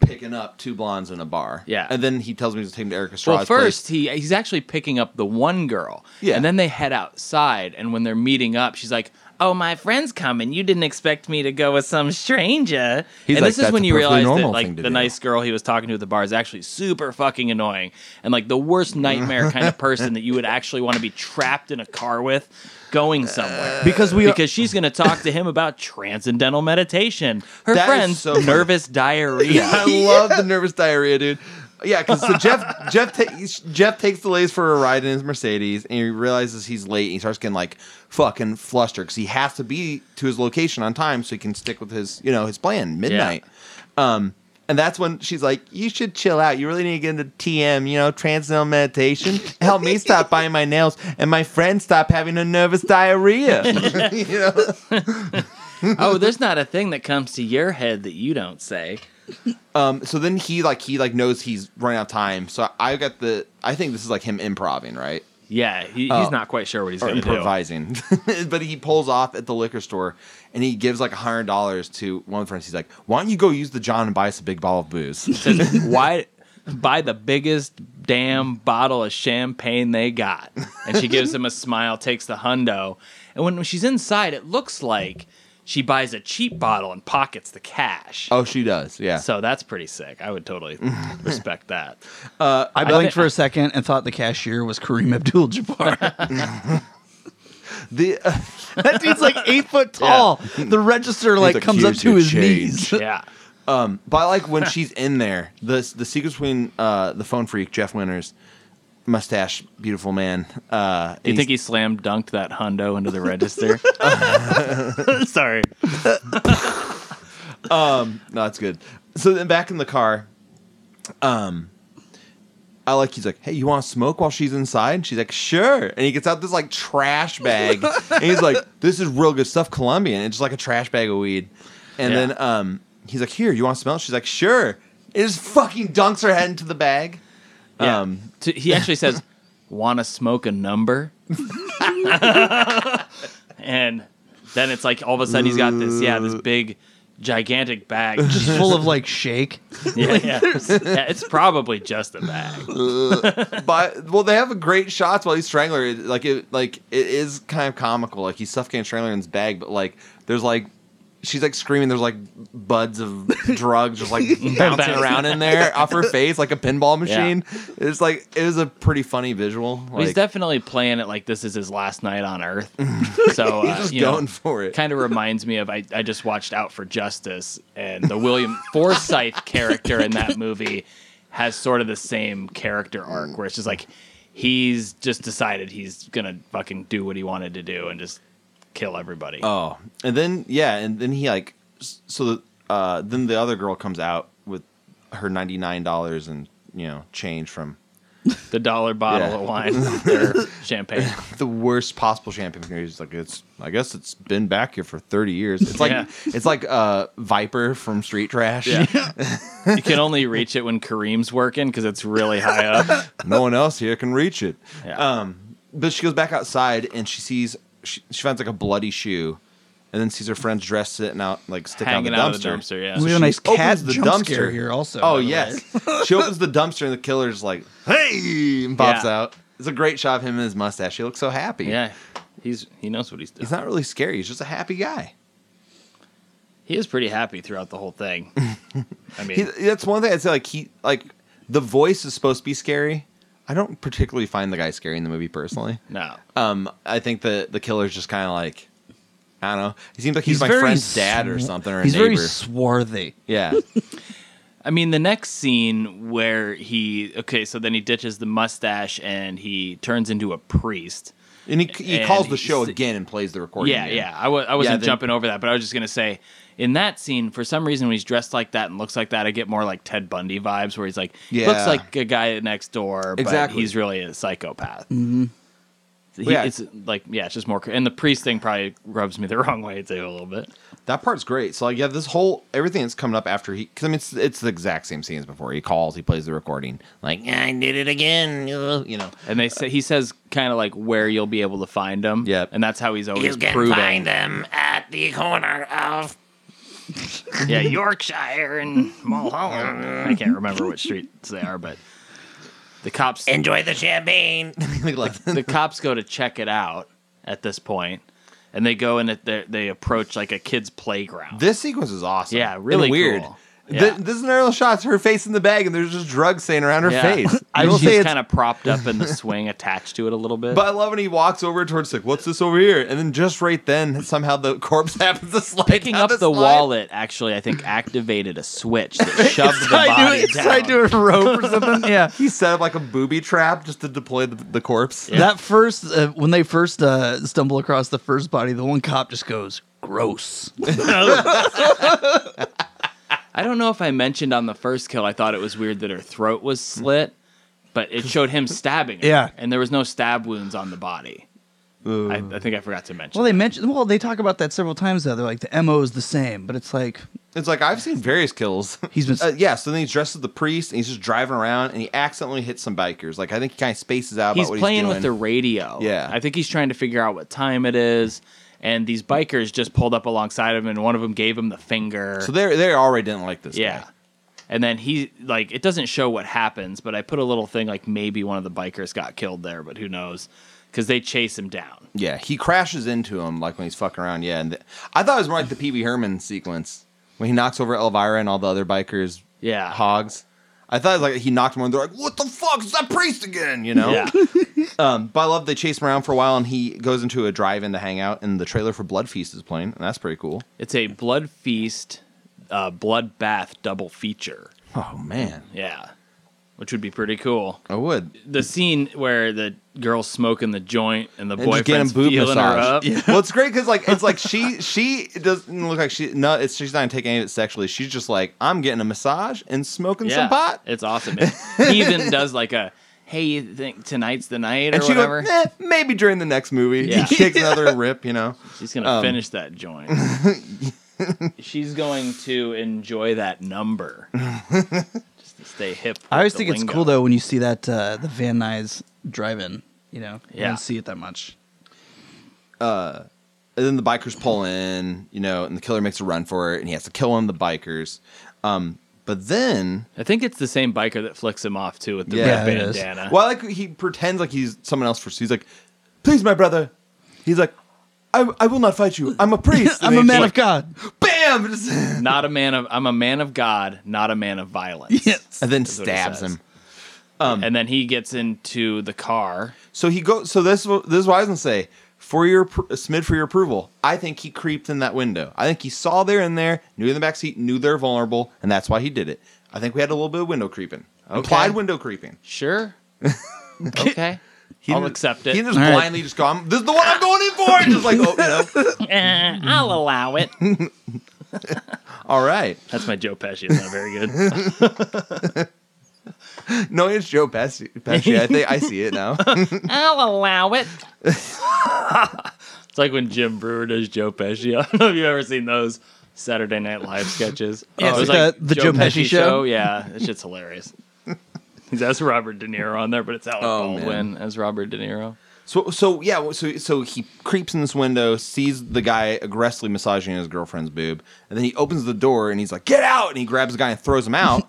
picking up two blondes in a bar.
Yeah.
and then he tells me to take him to Eric
Well,
Estrada's place.
first he he's actually picking up the one girl.
Yeah.
And then they head outside, and when they're meeting up, she's like, "Oh, my friend's coming. You didn't expect me to go with some stranger."
He's
and
like,
this is
"That's
when
a
you
perfectly
realize that
normal
like
thing
the
to do.
nice girl he was talking to at the bar is actually super fucking annoying and like the worst nightmare kind of person that you would actually want to be trapped in a car with going
Uh,
somewhere.
Because we are-
because she's going to talk to him about transcendental meditation. Her
That is
friend's
so funny.
nervous diarrhea.
I love the nervous diarrhea, dude. Yeah, because so Jeff Jeff takes Jeff takes the ladies for a ride in his Mercedes, and he realizes he's late. And he starts getting like fucking flustered because he has to be to his location on time so he can stick with his you know his plan midnight. Um, and that's when she's like, "You should chill out. You really need to get into TM. You know, transcendental meditation. Help me stop buying my nails, and my friend stop having a nervous diarrhea." you know,
oh, there's not a thing that comes to your head that you don't say.
Um, so then he like he like knows he's running out of time. So I got the I think this is like him improving, right?
Yeah, he, he's
Oh.
not quite sure what he's
Or
going to do.
improvising. but he pulls off at the liquor store and he gives like a hundred dollars to one of the friends. He's like, Why don't you go use the John and buy us a big bottle of booze?
Says, Why buy the biggest damn bottle of champagne they got? And she gives him a smile, takes the hundo, and when she's inside, it looks like she buys a cheap bottle and pockets the cash.
oh, she does, yeah.
So that's pretty sick. I would totally respect that.
I blinked
thi-
for a second and thought the cashier was Kareem Abdul-Jabbar.
the
that dude's like eight foot tall. The register like
like,
comes up
"Here's
to
your
his knees.
change."
Yeah.
um but I like when she's in there, the the secret between uh the phone freak, Jeff Winters, mustache, beautiful man, uh
You
and
think he slam dunked that hundo into the register? Sorry.
No, that's good. So then back in the car, um, I like he's like, hey, you want to smoke while she's inside? She's like, sure. And he gets out this like trash bag, and he's like, this is real good stuff, Colombian. It's just like a trash bag of weed, and
Yeah.
then um, he's like, here, you want to smell? it?" She's like, sure. It just fucking dunks her head into the bag.
Yeah.
Um,
To- he actually says, "Want to smoke a number?" and then it's like all of a sudden he's got this, yeah, this big, gigantic bag.
Just full of like shake.
yeah, yeah. Yeah, it's probably just a bag.
But well, they have a great shots while he's strangler. It- Like it, like it is kind of comical. Like he's suffocating strangler in his bag, but like there's like she's like screaming. There's like buds of drugs just like bouncing around in there off her face like a pinball machine. It's like it was a pretty funny visual. Like,
But he's definitely playing it like this is his last night on Earth. So uh,
he's just
you know,
going for it.
kind of reminds me of I, I just watched Out for Justice and the William Forsythe character in that movie has sort of the same character arc where it's just like he's just decided he's gonna fucking do what he wanted to do and just kill everybody.
Oh, and then yeah, and then he like s- so the, uh, then the other girl comes out with her ninety nine dollars and you know change from
the dollar bottle
yeah.
of wine or champagne.
the worst possible champagne because it's like it's I guess it's been back here for 30 years. It's like
Yeah.
it's like uh Viper from Street Trash.
You can only reach it when Kareem's working because it's really high up.
no one else here can reach it.
Yeah.
Um but she goes back outside and she sees she, she finds like a bloody shoe and then sees her friends dressed sitting out like sticking
Hanging
out
out
the
of
dumpster.
the dumpster, yeah.
We have a
She
nice
opens
cat jump scare here also. by
Oh
the way.
yes. she opens the dumpster and the killer's like, "Hey!" and pops
Yeah.
out. It's a great shot of him and his mustache. He looks so happy.
Yeah. He's he knows what he's doing.
He's not really scary. He's just a happy guy.
he is pretty happy throughout the whole thing. I mean
He, that's one thing I'd say. Like he, like the voice is supposed to be scary. I don't particularly find the guy scary in the movie personally.
no.
Um, I think the the killer's just kind of like, I don't know. He seems like he's,
He's
my
very
friend's dad or
swa-
something or a
He's
neighbor.
very swarthy.
yeah,
I mean, the next scene where he okay, so then he ditches the mustache and he turns into a priest.
and he, he
And
calls the
he's-
show again and plays the recording.
Yeah,
again.
yeah. I was I wasn't
then-
jumping over that, but I was just gonna say in that scene, for some reason, when he's dressed like that and looks like that, I get more like Ted Bundy vibes, where he's like, he
Yeah.
looks like a guy next door, but
Exactly. Mm-hmm.
he's really a psychopath. He-
Yeah.
It's like yeah, it's just more. cr- And the priest thing probably rubs me the wrong way too a little bit.
That part's great. So like, yeah, this whole everything that's coming up after he, because I mean, it's, it's the exact same scenes before. He calls, he plays the recording, like
I did it again. Ugh.
you know.
And they say he says kind of like where you'll be able to find him.
Yep.
And that's how he's always
You can
proving.
find them at the corner of
yeah, Yorkshire and Mulholland. I can't remember what streets they are, but the cops
Enjoy the Champagne.
the cops go to check it out at this point, and they go and they they approach like a kid's playground.
This sequence is awesome.
Yeah,
and
really
weird.
cool.
Th-
Yeah.
this is an early shot. It's her face in the bag, and there's just drugs saying around her
Yeah.
face. I
And
will say
she's
it's.
kind of propped up in the swing, attached to it a little bit.
but I love when he walks over towards like, what's this over here? And then just right then, somehow the corpse happens to slide
Picking
down
up the
slide.
wallet actually, I think, activated a switch that shoved the
I do
body
it.
down.
I do a rope or something. Yeah.
He set up like a booby trap just to deploy the, the corpse.
That first, uh, when they first uh, stumble across the first body, the one cop just goes, "Gross."
I don't know if I mentioned on the first kill, I thought it was weird that her throat was slit, but it showed him stabbing her.
Yeah.
And there was no stab wounds on the body. I, I think I forgot to mention.
Well, they mentioned. Well, they talk about that several times. Though they're like the mo is the same, but it's like
It's like I've seen various kills.
He's been-
uh, yeah. So then he's dressed as the priest and he's just driving around and he accidentally hits some bikers. Like I think he kind of spaces out.
he's
about what
playing
he's
with the
doing.
radio.
Yeah.
I think he's trying to figure out what time it is. And these bikers just pulled up alongside him, and one of them gave him the finger.
So they they already didn't like this.
yeah.
guy.
And then he like it doesn't show what happens, but I put a little thing like maybe one of the bikers got killed there, but who knows? Because they chase him down.
Yeah, he crashes into him like when he's fucking around. Yeah, and th- I thought it was more like the Pee Wee Herman sequence when he knocks over Elvira and all the other bikers.
Yeah.
hogs. I thought it was like he knocked him over. They're like, "What the fuck is that priest again?" You know.
Yeah.
Um, but I love they chase him around for a while, and he goes into a drive-in to hang out, and the trailer for Blood Feast is playing, and that's pretty cool.
it's a blood feast, uh, blood bath double feature.
Oh man,
Yeah. Which would be pretty cool.
I would.
The scene where the girl's smoking the joint and the
and just get him
boyfriend's
boob
feeling her
massage.
up.
Well, it's great because like it's like she she doesn't look like she no, it's, she's not taking any of it sexually. She's just like I'm getting a massage and smoking some pot,
It's awesome. man. he even does like a hey, you think tonight's the night or
and she
whatever.
goes eh, maybe during the next movie.
Yeah.
He takes another rip, you know.
She's gonna
Um.
finish that joint. She's going to enjoy that number. Just to stay hip.
I
with
always
the
think it's
lingo.
cool though when you see that uh, the Van Nuys drive-in. You know, you
Yeah.
don't see it that much.
And then the bikers pull in, you know, and the killer makes a run for it, and he has to kill one of the bikers. Um, but then
I think it's the same biker that flicks him off too with the
Yeah,
red
it is.
bandana.
Well, like he pretends like he's someone else for. He's like, "Please, my brother." He's like, "I, I will not fight you. I'm a priest.
I'm a
And then
man
he's
of God.
like, Bam! Just-
Not a man of I'm a man of God, not a man of violence.
and then
That's what he
stabs
says.
him.
and then he gets into the car.
So he goes. So this wa- this is what I was gonna say. For your appro- uh, Smid, for your approval, I think he creeped in that window. I think he saw they're in there, knew in the back seat, knew they're vulnerable, and that's why he did it. I think we had a little bit of window creeping, implied window creeping.
Sure. okay.
He
I'll
didn't-
accept it.
He didn't just
All right.
blindly just go. I'm, this is the one I'm going in for. And just like, oh, you know,
Eh, I'll allow it.
all right.
That's my Joe Pesci. It's not very good.
No, it's Joe Pesci. Pesci. I think I see it now.
I'll allow it. it's like when Jim Brewer does Joe Pesci. I don't know if you've ever seen those Saturday Night Live sketches. Oh,
Yeah,
it was
it's the- the Joe Pesci show.
Yeah, that shit's hilarious. That's Robert De Niro on there, but it's Alec
Oh, man.
Baldwin as Robert De Niro.
So so yeah, well, so so he creeps in this window, sees the guy aggressively massaging his girlfriend's boob, and then he opens the door and he's like, "Get out!" and he grabs the guy and throws him out.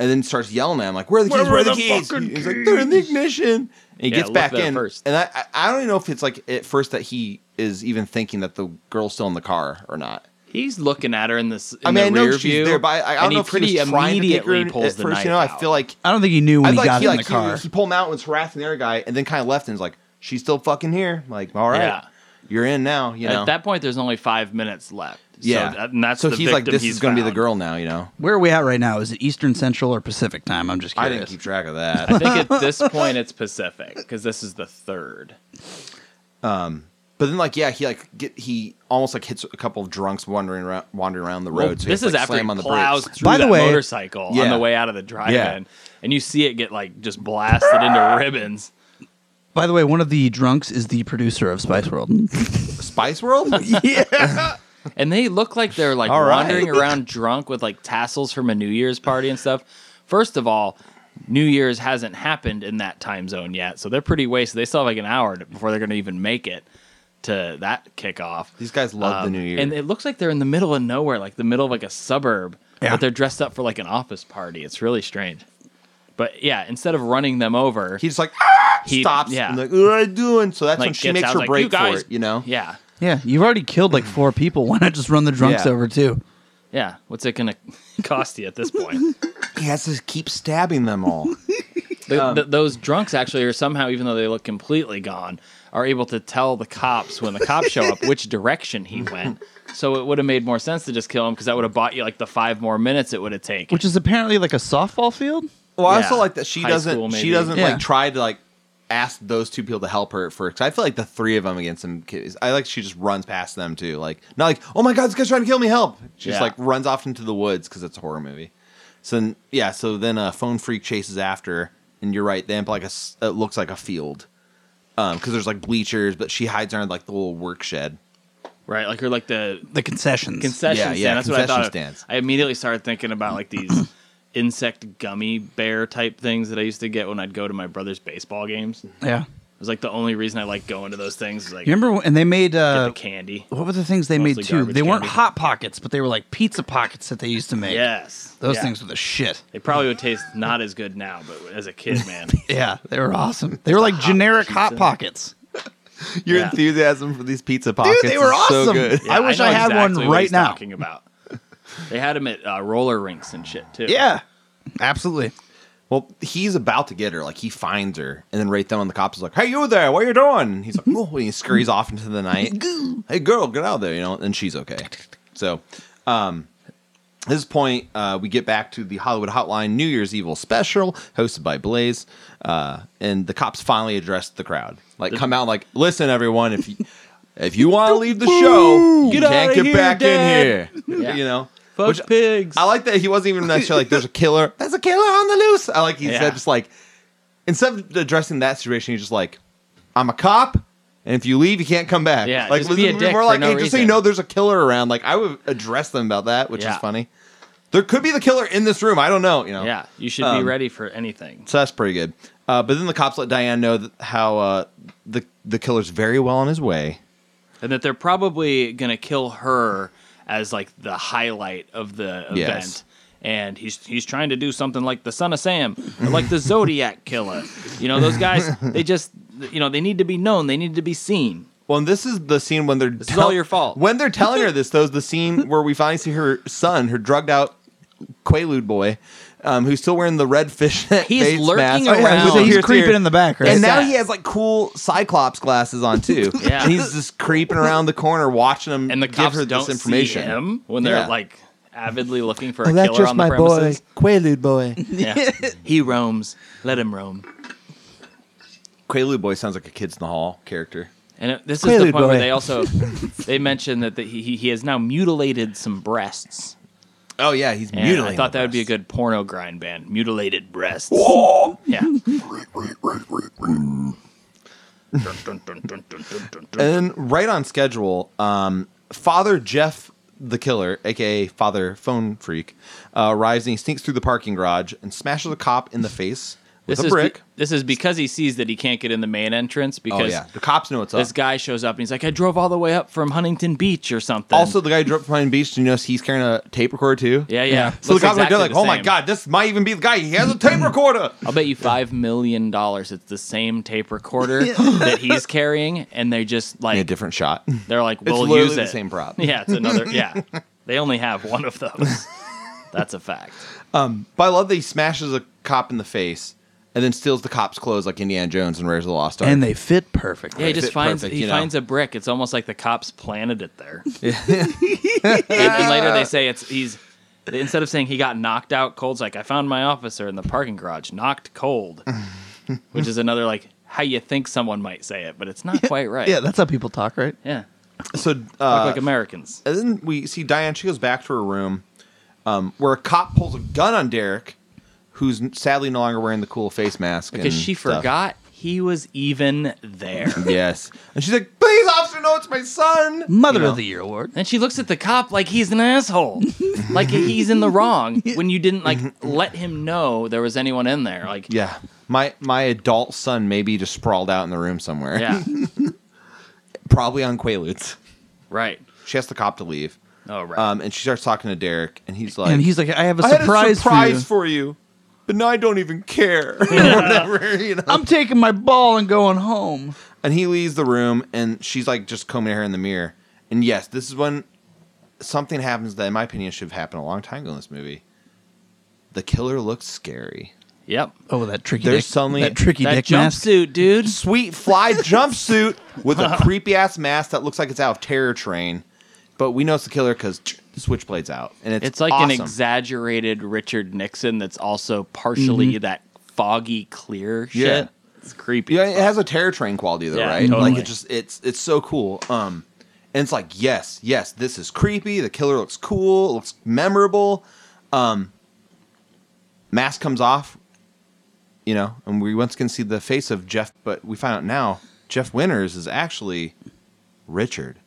And then starts yelling at him like, "Where are the keys? Where,
were
are the,
the
keys?"
fucking
He's like, "They're in the ignition." And he
Yeah,
gets
look
back
there
in,
first.
and I, I I don't even know if it's like at first that he is even thinking that the girl's still in the car or not.
He's looking at her in this. In
I mean,
the
I know
rear
she's
view,
there, but I, I don't
and he
know if
pretty
he was trying to take her
immediately
in
pulls
at
the
first.
knife
you know, I
out.
feel like
I don't think he knew when
I
he
thought
got
he
in
like
the car.
He, he pulled him out and was harassing the other guy, and then kind of left and was like, "She's still fucking here." Like, all right,
Yeah.
you're in now. You know,
At that point, there's only five minutes left.
yeah.
so that, and that's
so
the
he's like,
victim
"This
he's
is going to be the
found.
girl now." You know,
Where are we at right now? Is it Eastern Central or Pacific time? I'm just
I
curious.
didn't keep track of
I
that.
think at this point it's Pacific because this is the third.
but then, like, yeah, he like get he almost like hits a couple of drunks wandering around, wandering around the road. so he
this
has,
is
like,
after
slam
he
on the
plows
brakes.
through
By the
that
way-
motorcycle on
Yeah.
the way out of the drive-in,
Yeah.
and you see it get like just blasted into ribbons.
By the way, one of the drunks is the producer of Spice World.
Spice World.
yeah.
And they look like they're like
All right.
wandering around drunk with like tassels from a New Year's party and stuff. First of all, New Year's hasn't happened in that time zone yet, so they're pretty wasted. They still have like an hour to- before they're going to even make it to that kickoff.
These guys love the
Um,
New Year.
And it looks like they're in the middle of nowhere, like the middle of like a suburb,
Yeah.
but they're dressed up for like an office party. It's really strange. But yeah, instead of running them over,
He's like "Ah!"
He-
stops.
yeah.
and like, what are you doing? So that's
like
when she
gets
makes
out,
her
like,
break
you guys,
for it. You know.
Yeah,
Yeah. You've already killed like four people. Why not just run the drunks
Yeah.
over too?
yeah. What's it gonna cost you at this point?
He has to keep stabbing them all.
The, th- those drunks actually are somehow, even though they look completely gone, are able to tell the cops when the cops show up which direction he went. So it would have made more sense to just kill him because that would have bought you like the five more minutes it would have taken.
Which is apparently like a softball field.
Well, I
Yeah.
also like that she
High school,
doesn't.
maybe.
She doesn't
Yeah.
like try to like ask those two people to help her at first. 'Cause I feel like the three of them against him. is- I like she just runs past them too. Like not like oh my god, this guy's trying to kill me, help. She just
Yeah.
like runs off into the woods because it's a horror movie. So then, yeah, so then a phone freak chases after, her, and you're right. Then like a s- it looks like a field, Um, because there's like bleachers, but she hides under like the little work shed.
right? Like or like the
The concessions.
concession
Yeah,
stand.
yeah,
That's what I
concession
thought. of.
stands.
I immediately started thinking about like these insect gummy bear type things that I used to get when I'd go to my brother's baseball games. It
yeah.
was like the only reason I like going to those things. Is, like
You remember when- and they made
get
uh,
the candy.
what were the things they
Mostly
made too?
garbage
They weren't
candy.
hot pockets, but they were like pizza pockets that they used to make.
Yes,
Those
Yeah.
things were the shit.
They probably would taste not as good now, but as a kid, man,
Yeah, they were awesome. They were like generic hot pockets.
Your
Yeah.
enthusiasm for these pizza pockets
Dude, they were
is
awesome.
so good.
Yeah,
I wish
know
I, had
exactly
one
what
right
he's
now.
Talking about, they had them at uh, roller rinks and shit too.
Yeah, absolutely.
Well, he's about to get her. Like he finds her, and then right then on the cops is like, "Hey, you there? What you doing?" And he's like, "Oh," and he scurries off into the night. hey, girl, get out of there, you know. And she's okay. So, um, at this point, uh, we get back to the Hollywood Hotline New Year's Evil special hosted by Blaze, uh, and the cops finally address the crowd. Like, come out, like, listen, everyone, if you, if you want to leave the show, you
Get
can't
outta
get
here,
back
Dad."
in here.
Yeah.
You know.
fuck
Which-
pigs.
I like that he wasn't even necessarily like there's a killer. There's a killer on the loose. I like he
Yeah.
said just like instead of addressing that situation, he's just like, I'm a cop, and if you leave, you can't come back.
Yeah,
like
just be a
was
dick
more
for
like
no
hey, just so you
reason.
know there's a killer around. Like I would address them about that, which
Yeah.
is funny. There could be the killer in this room. I don't know. You know.
yeah, you should be
Um,
ready for anything.
So that's pretty good. Uh, but then the cops let Diane know that how uh, the the killer's very well on his way.
and that they're probably gonna kill her as like the highlight of the event.
Yes.
And he's he's trying to do something like the Son of Sam, or like the Zodiac Killer. You know, those guys, they just, you know, they need to be known. They need to be seen.
Well, and this is the scene when they're
is all your fault.
When they're telling her this, though, is the scene where we finally see her son, her drugged out Quaalude boy, um, who's still wearing the red fishnet.
He's
face
lurking
mask. Oh,
around.
with
So
the
he's
pierced
creeping
ear.
in the back, right?
And now
Yes.
he has like cool Cyclops glasses on too.
Yeah.
and he's just creeping around the corner, watching them.
And the
give
cops
her
don't
this information.
see him when they're
Yeah.
like avidly looking
Oh,
for a killer on the premises.
Quaalude boy.
Yeah. he roams. Let him roam.
Quaalude boy sounds like a Kids in the Hall character.
And it, this is the
Quaalude
point where
boy.
they also they mention that the, he he- he has now mutilated some breasts.
Oh yeah, he's
And
mutilating.
I thought
the
that would be a good
breast.
porno grind band. Mutilated breasts. Yeah.
And then right on schedule, um, Father Jeff the Killer, aka Father Phone Freak, uh, arrives and he sneaks through the parking garage and smashes a cop in the face with
This
a
is
brick.
be- this is because he sees that he can't get in the main entrance because
oh yeah, the cops know what's
this
up.
guy shows up and he's like, I drove all the way up from Huntington Beach or something.
also, the guy who drove from Pine Beach. Do you notice he's carrying a tape recorder too?
yeah, yeah.
So the
Looks
cops are
exactly
like,
the
"Oh my
same.
god, this might even be the guy. He has a tape recorder."
I'll bet you five million dollars it's the same tape recorder that he's carrying, and they just like
a different shot.
they're like, we'll
literally
use
the
it.
same prop.
Yeah, it's another. Yeah, they only have one of those. That's a fact.
But I love that he smashes a cop in the face and then steals the cop's clothes like Indiana Jones and Raiders of the Lost Ark.
And they fit perfectly.
Yeah, he just
fit
finds
perfect,
he
you know.
finds a brick. It's almost like the cops planted it there. and then later they say it's he's instead of saying he got knocked out cold, it's like I found my officer in the parking garage, knocked cold, which is another like how you think someone might say it, but it's not quite right.
Yeah, that's how people talk, right?
yeah. Talk
so uh,
like Americans.
And then we see Diane. She goes back to her room, um, where a cop pulls a gun on Derek, who's sadly no longer wearing the cool face mask
Because
and
she
stuff.
forgot he was even there.
Yes, and she's like, "Please, officer, no, it's my son."
Mother
You know?
of the Year award.
And she looks at the cop like he's an asshole, like he's in the wrong when you didn't like
Mm-hmm.
let him know there was anyone in there. Like,
Yeah, my my adult son maybe just sprawled out in the room somewhere.
yeah,
probably on Quaaludes.
right.
She asks the cop to leave,
Oh, right.
um, and she starts talking to Derek, and he's like,
and he's like, I have a
"I had
surprise,
a surprise
for you.
for you." But now I don't even care. Whatever, you know?
I'm taking my ball and going home.
And he leaves the room, and she's like just combing her hair in the mirror. And yes, this is when something happens that, in my opinion, should have happened a long time ago in this movie. The killer looks scary.
Yep.
Oh, that tricky.
There's
dick,
suddenly-
that tricky
That
dick mask.
jumpsuit, dude.
Sweet fly jumpsuit with a creepy ass mask that looks like it's out of Terror Train, but we know it's the killer because the switchblade's out, and it's
It's like an
awesome.
exaggerated Richard Nixon that's also partially that foggy clear shit.
Mm-hmm. Yeah.
It's creepy.
Yeah, it has a terror train quality though,
Yeah,
right?
totally.
Like it just it's it's so cool. Um and it's like, yes, yes, this is creepy. The killer looks cool, it looks memorable. Um mask comes off, you know, and we once can see the face of Jeff, but we find out now Jeff Winters is actually Richard,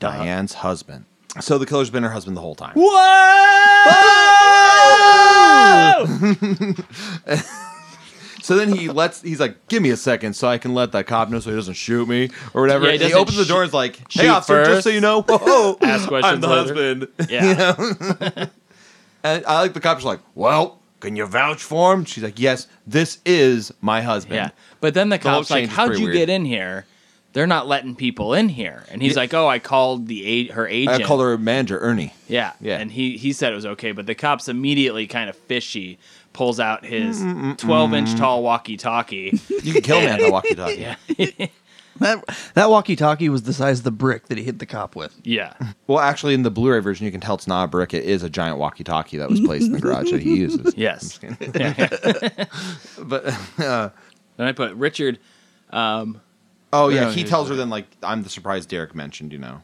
Diane's husband. So the killer's been her husband the whole time. So then he lets he's like, "Give me a second, so I can let that cop know, so he doesn't shoot me or whatever."
Yeah, he
he,
doesn't
opens the door and is like, "Hey,
shoot
officer, just
first.
so you know, whoa,
Ask
I'm
questions
the
later.
husband."
Yeah.
And I like the cops are like, "Well, can you vouch for him?" She's like, "Yes, this is my husband."
Yeah. But then the
whole
cop's like,
change is
How'd
pretty
you
weird.
get in here? They're not letting people in here. And he's like, Oh, I called the a- her
I
agent.
call her manager Ernie.
Yeah.
Yeah.
And he, he said it was okay, but the cops immediately kind of fishy pulls out his 12 inch tall walkie talkie.
You can kill me on a walkie-talkie.
That that walkie-talkie was the size of the brick that he hit the cop with.
yeah.
Well, actually, in the Blu-ray version, you can tell it's not a brick. It is a giant walkie-talkie that was placed in the garage that he uses.
Yes.
But uh,
Then I put Richard.
oh yeah,
No,
he
he's
tells her then like, "I'm the surprise Derek mentioned," you know.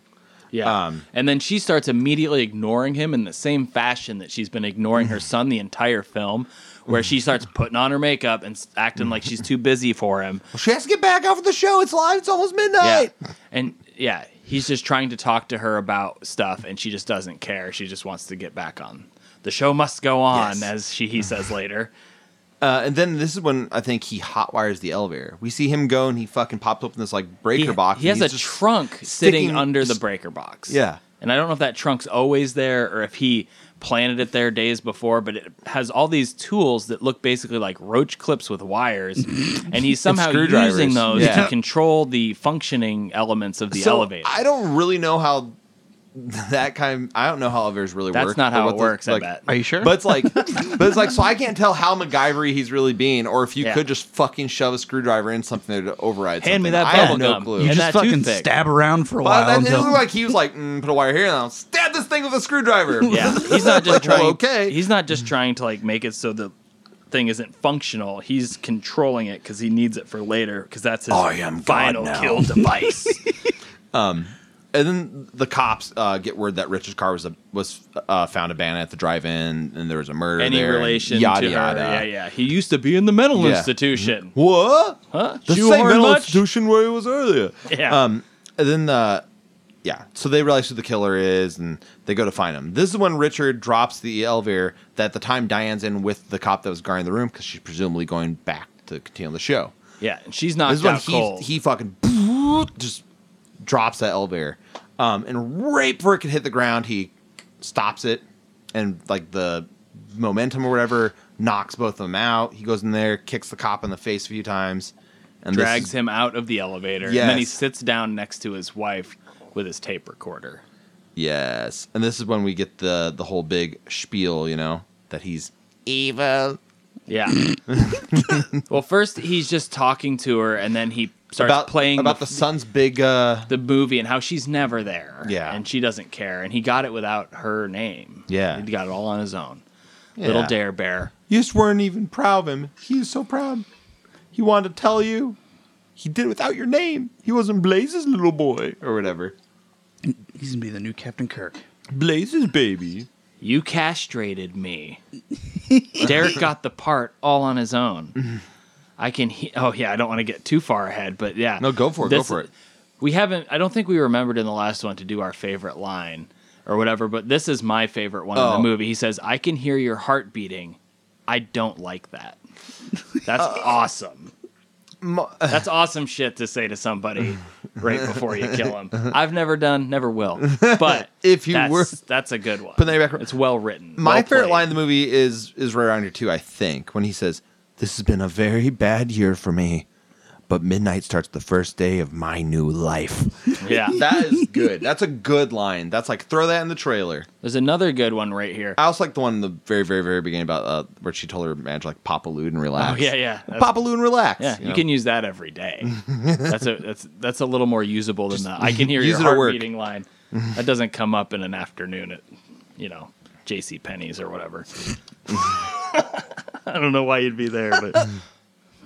Yeah.
Um,
and then she starts immediately ignoring him in the same fashion that she's been ignoring her son the entire film, where she starts putting on her makeup and s- acting like she's too busy for him.
She has to get back off of the show. It's live. It's almost
Yeah.
midnight.
And yeah, he's just trying to talk to her about stuff and she just doesn't care. She just wants to get back on. The show must go on,
Yes.
as she he says later.
Uh, and then this is when I think he hotwires the elevator. We see him go, and he fucking pops up in this like breaker
He,
box.
he
and
has a
he's just-
trunk sitting
sticking-
under the breaker box.
Yeah.
And I don't know if that trunk's always there or if he planted it there days before, but it has all these tools that look basically like roach clips with wires. and he's somehow
screwdrivers.
using those
Yeah.
to control the functioning elements of the
So,
elevator.
I don't really know how that kind. I don't know how elevators really
That's
work.
not
or
how
what
it
the-
works, I
like-
bet.
Are you sure?
But it's like, but it's like, so I can't tell how MacGyvery he's really being, or if you
Yeah.
could just fucking shove a scumdriver in something to override.
Hand me
something.
that
I have
bubble
no
gum.
clue.
you
and
just
that
fucking
toothpick.
stab around for a
Well,
while
that, it looked
until
like he was like, mm, put a wire here, and I'll stab this thing with a screwdriver.
Yeah, he's not just
Like,
trying.
well, okay.
he's not just trying to like make it so the thing isn't functional. He's controlling it because he needs it for later because that's his
I am God
final
now.
kill device.
and then the cops uh, get word that Richard's car was a, was uh, found abandoned at the drive-in, and there was a murder.
Any
there, and
relation
yada,
to her?
yada.
Yeah, yeah. He used to be in the mental
Yeah.
institution.
What?
Huh?
The
Did you
same
learn
mental
much?
institution where he was earlier.
Yeah.
Um, and then the yeah, so they realize who the killer is, and they go to find him. This is when Richard drops the elevator that at the time Diane's in with the cop that was guarding the room because she's presumably going back to continue the show.
yeah, and she's
This
knocked
is when
out
he
cold.
he fucking just drops that elevator, um, and right before it can hit the ground, he stops it, and like the momentum or whatever knocks both of them out. He goes in there, kicks the cop in the face a few times, and this
drags
is-
him out of the elevator, and then he
Yes.
sits down next to his wife with his tape recorder.
Yes, and this is when we get the the whole big spiel, you know, that he's
Evil.
Yeah. well, first he's just talking to her, and then he starts
about
playing
about the, son's big. uh
the movie and how she's never there.
Yeah.
And she doesn't care. And he got it without her name.
Yeah.
He got it all on his own.
yeah.
Little Dare Bear.
You just weren't even proud of him. He was so proud. He wanted to tell you. He did it without your name. He wasn't Blaze's little boy or whatever.
he's gonna be the new Captain Kirk.
Blaze's baby.
You castrated me. Derek got the part all on his own. I can. He- oh yeah, I don't want to get too far ahead, but yeah.
No, go for it, go for it.
We haven't. I don't think we remembered in the last one to do our favorite line or whatever, but this is my favorite one in
Oh.
the movie. He says, "I can hear your heart beating. I don't like that. That's awesome. That's awesome shit to say to somebody right before you kill him. I've never done, never will. But
If you
that's,
were-
that's a good one.
Put that back-
It's well written.
My
well
favorite
played.
line in the movie is is right around here too. I think when he says, "This has been a very bad year for me, but midnight starts the first day of my new life."
Yeah.
that is good. That's a good line. That's like throw that in the trailer.
There's another good one right here.
I also like the one in the very, very, very beginning about uh, where she told her manager like Papa Lude and
Oh
relax.
yeah, yeah. That's-
Papa Lude and relax.
yeah, you
know?
can use that every day. That's a that's that's a little more usable than the I can hear your
use it at
heart
work.
beating line. That doesn't come up in an afternoon at you know, JC Penney's or whatever. I don't know why you'd be there, but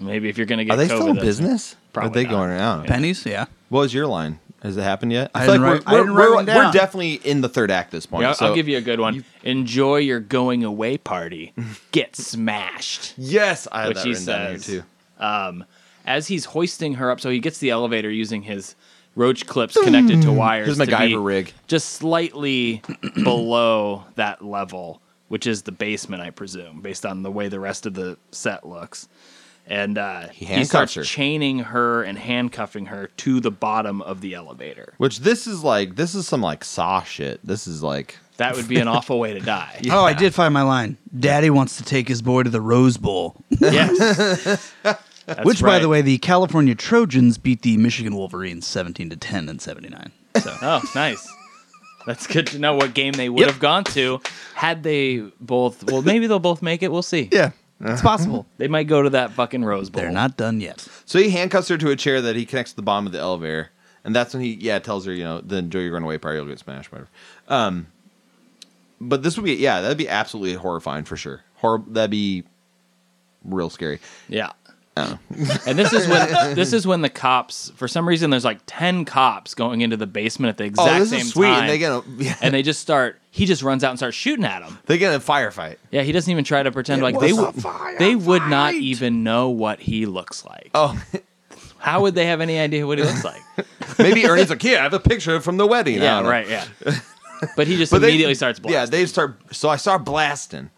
maybe if you're gonna get
Are they
COVID,
still in
that's-
business? Are
Probably
they
not.
going around?
Pennies, yeah.
What was your line? Has it happened yet?
I didn't write- I
we're,
didn't
we're,
write one
we're
down.
definitely in the third act at this point.
Yeah, I'll,
so-
I'll give you a good one. Enjoy your going away party. Get smashed.
Yes, I had
Which
that
he
written down here
says.
too.
as he's hoisting her up, so he gets the elevator using his roach clips connected to wires.
His
to be
MacGyver rig.
Just slightly below that level, which is the basement, I presume, based on the way the rest of the set looks. And uh, he,
handcuffs
starts
her.
chaining her and handcuffing her to the bottom of the elevator.
Which this is like this is some like saw shit. This is like
That would be an awful way to die.
Oh, I did find my line. Daddy wants to take his boy to the Rose Bowl,
Yes. That's
which, by
right.
the way, the California Trojans beat the Michigan Wolverines seventeen to ten in '79. So
Oh, nice. That's good to know what game they would have gone to had they both. Well, maybe they'll both make it. We'll see.
yeah.
it's possible
They might go to that fucking Rose Bowl.
they're not done yet.
So he handcuffs her to a chair that he connects to the bottom of the elevator, and that's when he yeah tells her you know then enjoy your runaway party you'll get smashed whatever. Um, but this would be yeah that'd be absolutely horrifying for sure. Hor- that'd be real scary.
Yeah. and this is when this is when the cops, for some reason, there's like ten cops going into the basement at the exact
oh, this
same
is sweet,
time,
and they get a yeah,
and they just start. He just runs out and starts shooting at them.
they get in a firefight.
Yeah, he doesn't even try to pretend like
was
they
a
would. They would not even know what he looks like.
Oh,
How would they have any idea what he looks like?
maybe Ernie's like yeah I have a picture from the wedding. I
yeah,
don't know.
right. Yeah. But he just
But they-
immediately starts blasting.
Yeah, they start. So I start blasting.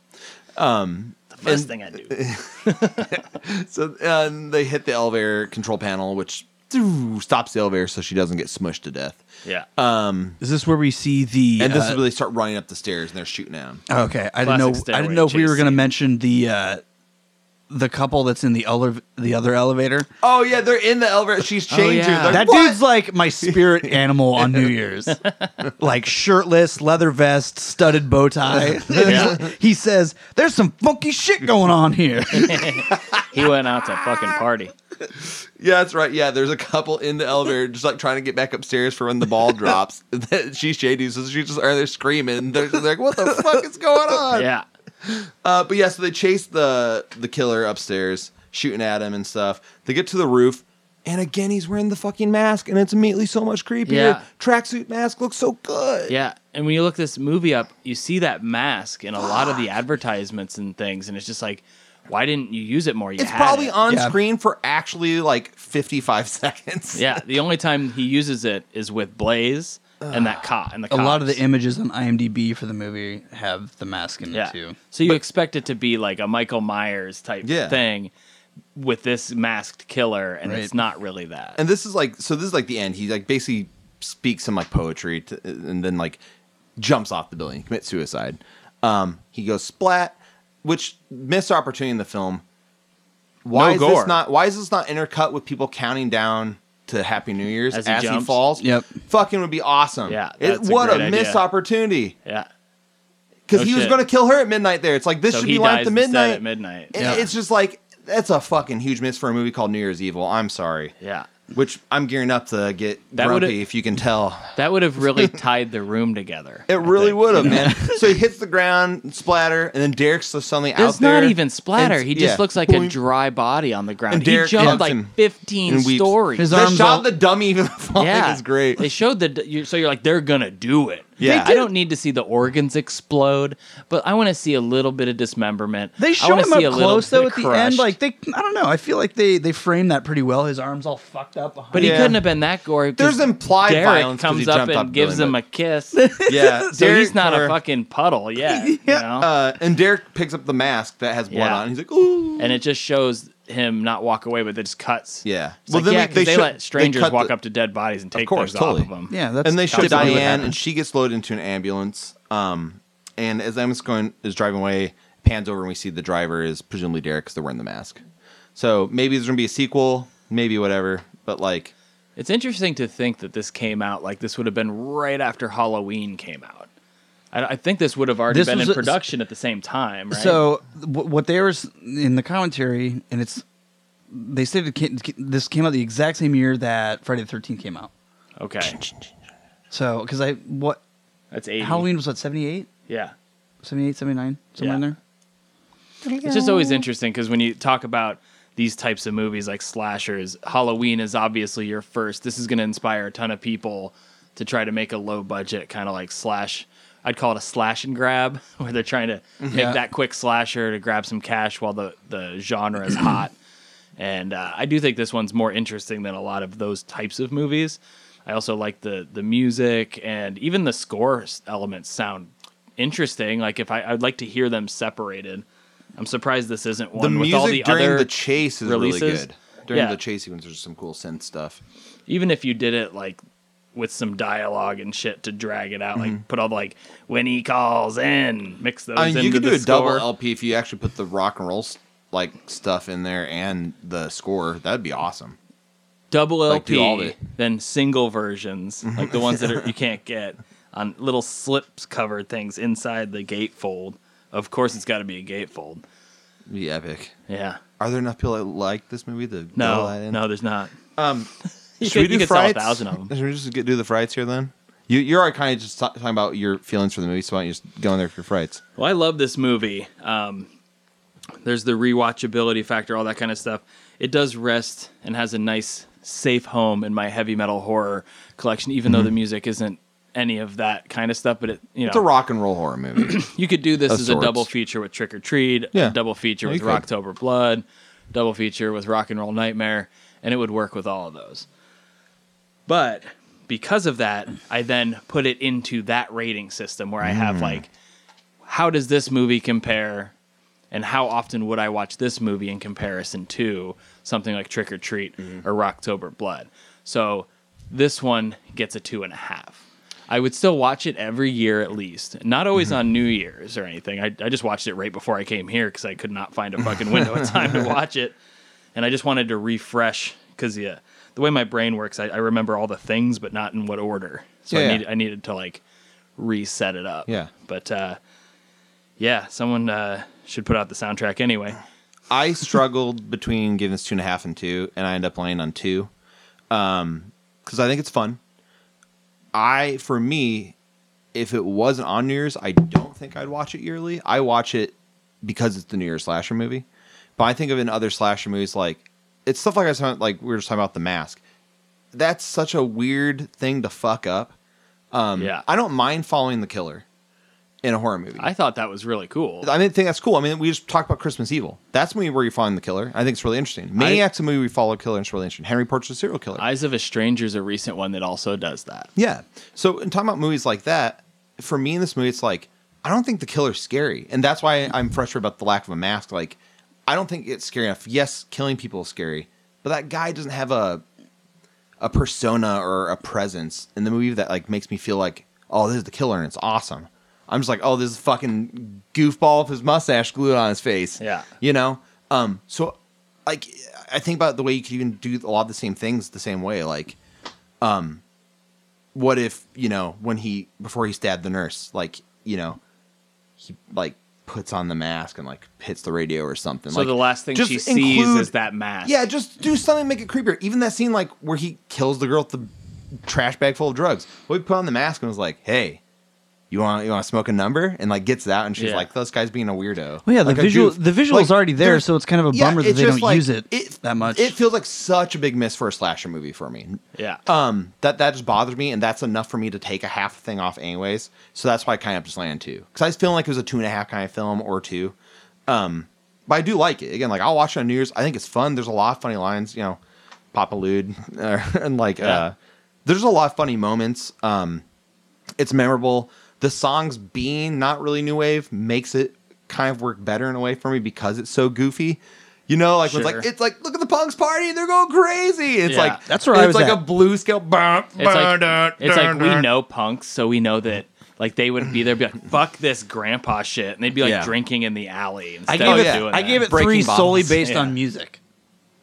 First thing I do.
So um, they hit the elevator control panel, which doo, stops the elevator so she doesn't get smushed to death.
Yeah.
Is this where we see the?
And this
uh,
is where they start running up the stairs and they're shooting at him.
Okay, I didn't know.
Classic
I didn't
stairway
know if we
chase
were going to
scene.
mention the uh, the couple that's in the other the other elevator.
Oh yeah, they're in the elevator. She's chained to.
Oh, yeah.
They're
that
like, "What?"
dude's like my spirit animal on New Year's, like shirtless, leather vest, studded bow tie.
Yeah.
he says, "There's some funky shit going on here."
he went out to fucking party.
Yeah, that's right. Yeah, there's a couple in the elevator just like trying to get back upstairs for when the ball drops. she's shady, so she's just are there screaming. They're just like, "What the fuck is going on?"
Yeah.
Uh, but yeah, so they chase the the killer upstairs, shooting at him and stuff. They get to the roof, and again he's wearing the fucking mask, and it's immediately so much creepier.
Yeah.
Tracksuit mask looks so good.
Yeah. And when you look this movie up, you see that mask in a lot of the advertisements and things, and it's just like, why didn't you use it more? You
It's
had
probably
it.
on
Yeah.
screen for actually like 55 seconds.
Yeah. The only time he uses it is with Blaze and that cop and the
A lot of the
cops.
images on IMDb for the movie have the mask in
yeah.
it too.
So you expect it to be like a Michael Myers type
Yeah.
thing with this masked killer, and it's
Right.
not really that.
and this is like so this is like the end he like basically speaks some like poetry to, and then like jumps off the building commits suicide um he goes splat which missed opportunity in the film why
No
is
gore.
this not why is this not intercut with people counting down to happy new year's
As
as
he
he,
jumps?
falls
Yep.
fucking would be awesome
Yeah,
it,
that's a
what a,
great
missed
idea.
opportunity
yeah.
because
No
he was
shit.
going to kill her at midnight there it's like this
So
should
he
be line at
dies
the
instead
midnight,
at midnight.
It-
Yeah.
it's just like that's a fucking huge miss for a movie called new year's evil i'm sorry
Yeah.
which I'm gearing up to get
That would've-
grumpy if you can tell.
That would have really tied the room together.
It really would have, man. So he hits the ground, splatter, and then Derek's just suddenly out
It's
there.
not even splatter.
and-
He just
yeah.
looks like a
Boing.
dry body on the ground.
And
He
Derek
jumped
hugs
like
him
15
and weeps.
stories.
His
They
arms
shot
all-
the dummy even falling
yeah,
is great.
They showed the you- so you're like they're gonna do it.
Yeah. They
I don't need to see the organs explode, but I want to see a little bit of dismemberment.
They
I
show
wanna
him
see a
up
little
close
bit
though at the end.
crushed.
Like they, I don't know. I feel like they they framed that pretty well. His arms all fucked up. Behind
but
him.
he
Yeah.
couldn't have been that gory. 'cause
There's implied
Derek
violence 'cause
comes
he
up
jumped
and
off the
gives
building,
him a
but-
kiss.
Yeah,
so
Derek
he's not
or-
a fucking puddle yet. you know?
Uh, and Derek picks up the mask that has blood
Yeah.
on. it. He's like, ooh.
and it just shows him not walk away, but it just cuts.
yeah.
Well, like, then yeah, 'cause they,
show-
let strangers
cut
walk
the-
up to dead bodies and take
course,
things
totally.
off of them.
yeah, that's
and they show
typically what
Diane, and
happens.
she gets loaded into an ambulance. Um, and as the ambulance going is driving away, pans over, and we see the driver is presumably Derek because they're wearing the mask. So maybe there's gonna be a sequel, maybe whatever. But like,
It's interesting to think that this came out like this would have been right after Halloween came out. I, I think this would have already
This
been
was
in
a-
production at the same time, right?
So w- what they were s- in the commentary, and it's they said it ca- this came out the exact same year that Friday the Thirteenth came out.
okay,
So because I what
that's eighty.
Halloween was what 78?
yeah.
78, 79, somewhere
Yeah.
in there.
It's just always interesting because when you talk about these types of movies like slashers, Halloween is obviously your first. This is going to inspire a ton of people to try to make a low budget kind of like slash. I'd call it a slash and grab, where they're trying to make
Yeah.
that quick slasher to grab some cash while the, the genre is hot. And uh, I do think this one's more interesting than a lot of those types of movies. I also like the the music and even the score s- elements sound interesting. Like if I, I'd like to hear them separated. I'm surprised this isn't
The
one with all the
music during
other
the chase is really
releases.
good. During
Yeah.
the chase sequence, there's some cool synth stuff.
even if you did it like with some dialogue and shit to drag it out, like put all the, like when he calls in, mix those.
Mm-hmm. I mean,
into
you could
the
do a double
score.
LP if you actually put the rock and roll s- like stuff in there and the score. That'd be awesome.
double
Like, do
LP,
all of it.
then single versions, like the ones that are, you can't get on little slips covered things inside the gatefold. Of course, it's got to be a gatefold.
It'd be epic.
Yeah.
Are there enough people that like this movie? The
No, no, there's not.
Um,
You
should
could,
we
you
do
could sell a
frights?
thousand of them.
Should we just get, do the frights here then? You, you're already kind of just ta- talking about your feelings for the movie, so why don't you just go in there for your frights?
Well, I love this movie. Um, there's the rewatchability factor, all that kind of stuff. It does rest and has a nice safe home in my heavy metal horror collection, even though the music isn't any of that kind of stuff. But it, you know,
Mm-hmm. It's a rock and roll horror movie.
you could do this
Of
as a
sorts.
double feature with Trick or Treat,
Yeah.
a double feature
Yeah,
with
you could.
Rocktober Blood, double feature with Rock and Roll Nightmare, and it would work with all of those. But because of that, I then put it into that rating system where I
Hmm.
have like, how does this movie compare, and how often would I watch this movie in comparison to something like Trick or Treat
Mm-hmm.
or Rocktober Blood? So this one gets a two and a half. I would still watch it every year at least. Not always
Mm-hmm.
on New Year's or anything. I, I just watched it right before I came here because I could not find a fucking window of time to watch it. And I just wanted to refresh because yeah, the way my brain works, I, I remember all the things, but not in what order. So
Yeah,
I,
yeah.
Need, I needed to like reset it up.
Yeah.
But uh, yeah, someone uh, should put out the soundtrack anyway.
I struggled between giving this two and a half and two, and I end up laying on two, because I think it's fun. I, for me, if it wasn't on New Year's, I don't think I'd watch it yearly. I watch it because it's the New Year's slasher movie. But I think of in other slasher movies, like it's stuff like I was talking, like we were just talking about the mask. That's such a weird thing to fuck up.
Um,
yeah.
I don't mind following the killer in a horror movie.
I thought that was really cool.
I mean, I think that's cool. I mean, we just talked about Christmas Evil. That's when where you find the killer. I think it's really interesting. Maniac's a movie we follow a killer, and it's really interesting. Henry Portrait of a Serial Killer.
Eyes of a Stranger is a recent one that also does that.
yeah. So, in talking about movies like that, for me in this movie, it's like I don't think the killer's scary, and that's why I'm frustrated about the lack of a mask. Like, I don't think it's scary enough. Yes, killing people is scary, but that guy doesn't have a a persona or a presence in the movie that like makes me feel like, oh, this is the killer, and it's awesome. I'm just like, oh, this is fucking goofball with his mustache glued on his face.
Yeah.
you know um so like i think about the way you could even do a lot of the same things the same way like um what if you know when he before he stabbed the nurse like you know he like puts on the mask and like hits the radio or something
So
like,
the last thing
just
she sees
include-
is that mask.
yeah just do something to make it creepier even that scene like where he kills the girl with the trash bag full of drugs well he put on the mask and was like hey you want you want to smoke a number and like gets out and she's
Yeah.
like this guy's being a weirdo
Well, Oh, yeah, the
Like a
visual
goof.
the visual's
Like,
already there,
there's-
so it's kind of a
yeah,
bummer that
it's
they
just
don't
like-
use it, that much.
It feels like such a big miss for a slasher movie for me.
Yeah.
Uh,
Um, that that just bothers me, and that's enough for me to take a half thing off, anyways. So that's why I kind of just land two because I was feeling like it was a two and a half kind of film or two. Um, but I do like it again. Like I'll watch it on New Year's. I think it's fun. There's a lot of funny lines. You know, Papa Lude, and like uh, there's a lot of funny moments. Um, it's memorable. The songs being not really new wave makes it kind of work better in a way for me because it's so goofy. You know, like when it's like
Sure.
it's like look at the punks party, they're going crazy. It's
Yeah.
like
That's where I
it's
was
like
at.
a blue scale. Bump,
It's like it's like we know punks, so we know that like they would be there, be like fuck this grandpa shit, and they'd be like
Yeah.
drinking in the alley instead
I gave
of
it
doing
I
that.
gave it
Breaking
three
bottles.
solely based
Yeah.
on music.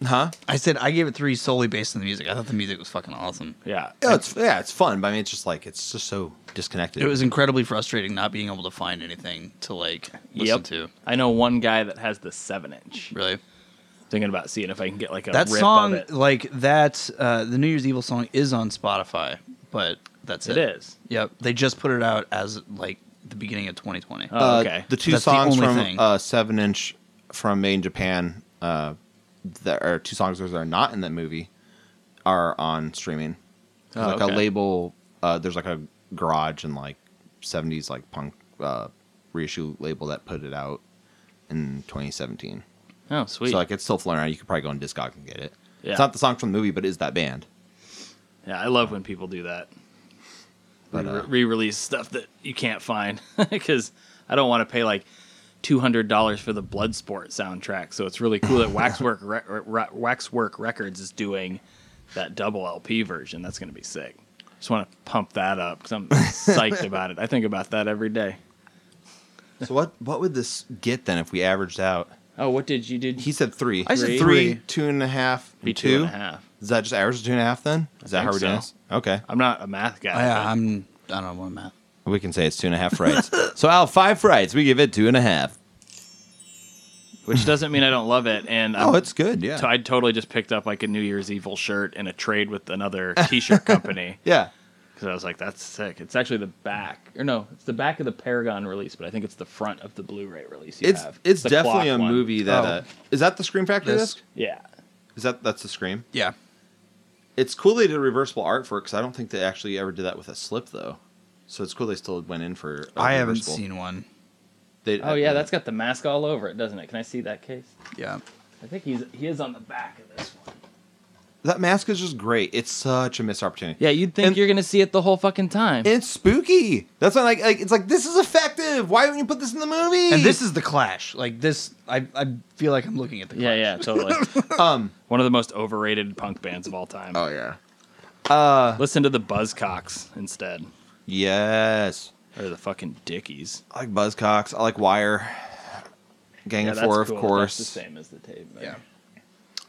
huh?
I said I gave it three solely based on the music. I thought the music was fucking awesome.
yeah.
Yeah, it's yeah, it's fun, but I mean, it's just like it's just so disconnected.
It was incredibly frustrating not being able to find anything to like listen
Yep.
to.
I know one guy that has the seven inch.
Really,
Thinking about seeing if I can get like a
that
rip
song,
of it.
like that, uh, the New Year's Evil song is on Spotify, but that's it.
It is.
Yep, they just put it out as like the beginning of 2020.
Oh,
Uh,
okay.
The two
That's the
songs
only
from
thing.
Uh, Seven Inch from Main Japan, uh, that are two songs that are not in that movie, are on streaming. There's
Oh,
like
okay.
a label, uh, there's like a garage and like '70s like punk uh, reissue label that put it out in 2017.
Oh, sweet.
So like it's still floating around. You could probably go on Discog and get it.
Yeah.
It's not the song from the movie, but it is that band.
yeah, I love when people do that.
But, uh,
Re release stuff that you can't find because I don't want to pay like. $200 for the Bloodsport soundtrack. So it's really cool that Waxwork, Re- Re- Waxwork Records is doing that double LP version. That's going to be sick. Just want to pump that up because I'm psyched about it. I think about that every day.
so what what would this get then if we averaged out?
Oh, what did you do?
He said three. I
said
three,
three.
two and a half, and
be
two.
two and a half.
Is that just average of two and a half then? Is that how
think
we're doing
so.
this? Okay.
I'm not a math
Oh,
guy.
I, I'm. I don't want math.
We can say it's two and a half frights. so out of five frights, we give it two and a half.
which doesn't mean I don't love it. And
Oh,
I'm-
it's good. Yeah.
so I totally just picked up like a New Year's Evil shirt in a trade with another T-shirt company
yeah.
because I was like, "That's sick." It's actually the back, or no, it's the back of the Paragon release, but I think it's the front of the Blu-ray release. You
It's
have.
it's
The
definitely
clock
a
one.
movie that
Oh.
uh, is that the Scream Factory
This?
disc?
Yeah,
Is that that's the Scream?
Yeah.
It's cool they did reversible art for it because I don't think they actually ever did that with a slip though. So it's cool they still went in for. I
I haven't seen one.
They, uh,
oh yeah, that's got the mask all over it, doesn't it? Can I see that case?
Yeah.
I think he's he is on the back of this one.
that mask is just great. It's such a missed opportunity.
Yeah, you'd think
And-
you're gonna see it the whole fucking time.
And it's spooky. That's why, like, like, it's like this is effective. Why wouldn't you put this in the movie?
And this is the Clash. Like this, I, I feel like I'm looking at the. Clash.
yeah, yeah, totally.
um.
one of the most overrated punk bands of all time.
yeah. Uh.
Listen to the Buzzcocks instead,
Yes.
or the fucking Dickies.
I like Buzzcocks. I like Wire. Gang
Yeah,
of
that's
Four,
cool.
of
That's
course.
the same as the tape.
Yeah.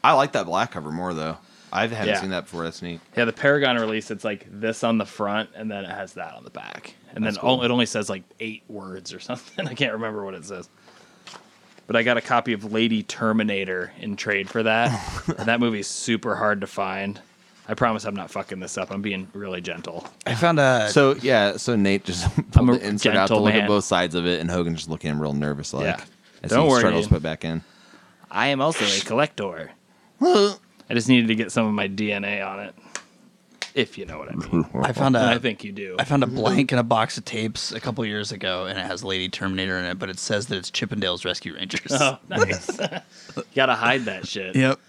I like that black cover more though. I haven't
Yeah.
seen that before. That's neat.
Yeah, the Paragon release, it's like this on the front, and then it has that on the back, and
That's
then
cool.
o- it only says like eight words or something. I can't remember what it says. But I got a copy of Lady Terminator in trade for that, and that movie's super hard to find. I promise I'm not fucking this up. I'm being really gentle.
I found a.
So yeah, so Nate just
I'm
pulled
a
the insert out to look at
gentleman.
both sides of it, and Hogan just looking real nervous like.
Yeah.
As
Don't
he
worry,
Struggles to
Ian.
put back in.
I am also a collector. I just needed to get some of my DNA on it, if you know what I mean.
I found a.
And I think you do.
I found a blank in a box of tapes a couple years ago, and it has Lady Terminator in it, but it says that it's Chippendales Rescue Rangers.
Oh, nice. you gotta hide that shit.
Yep.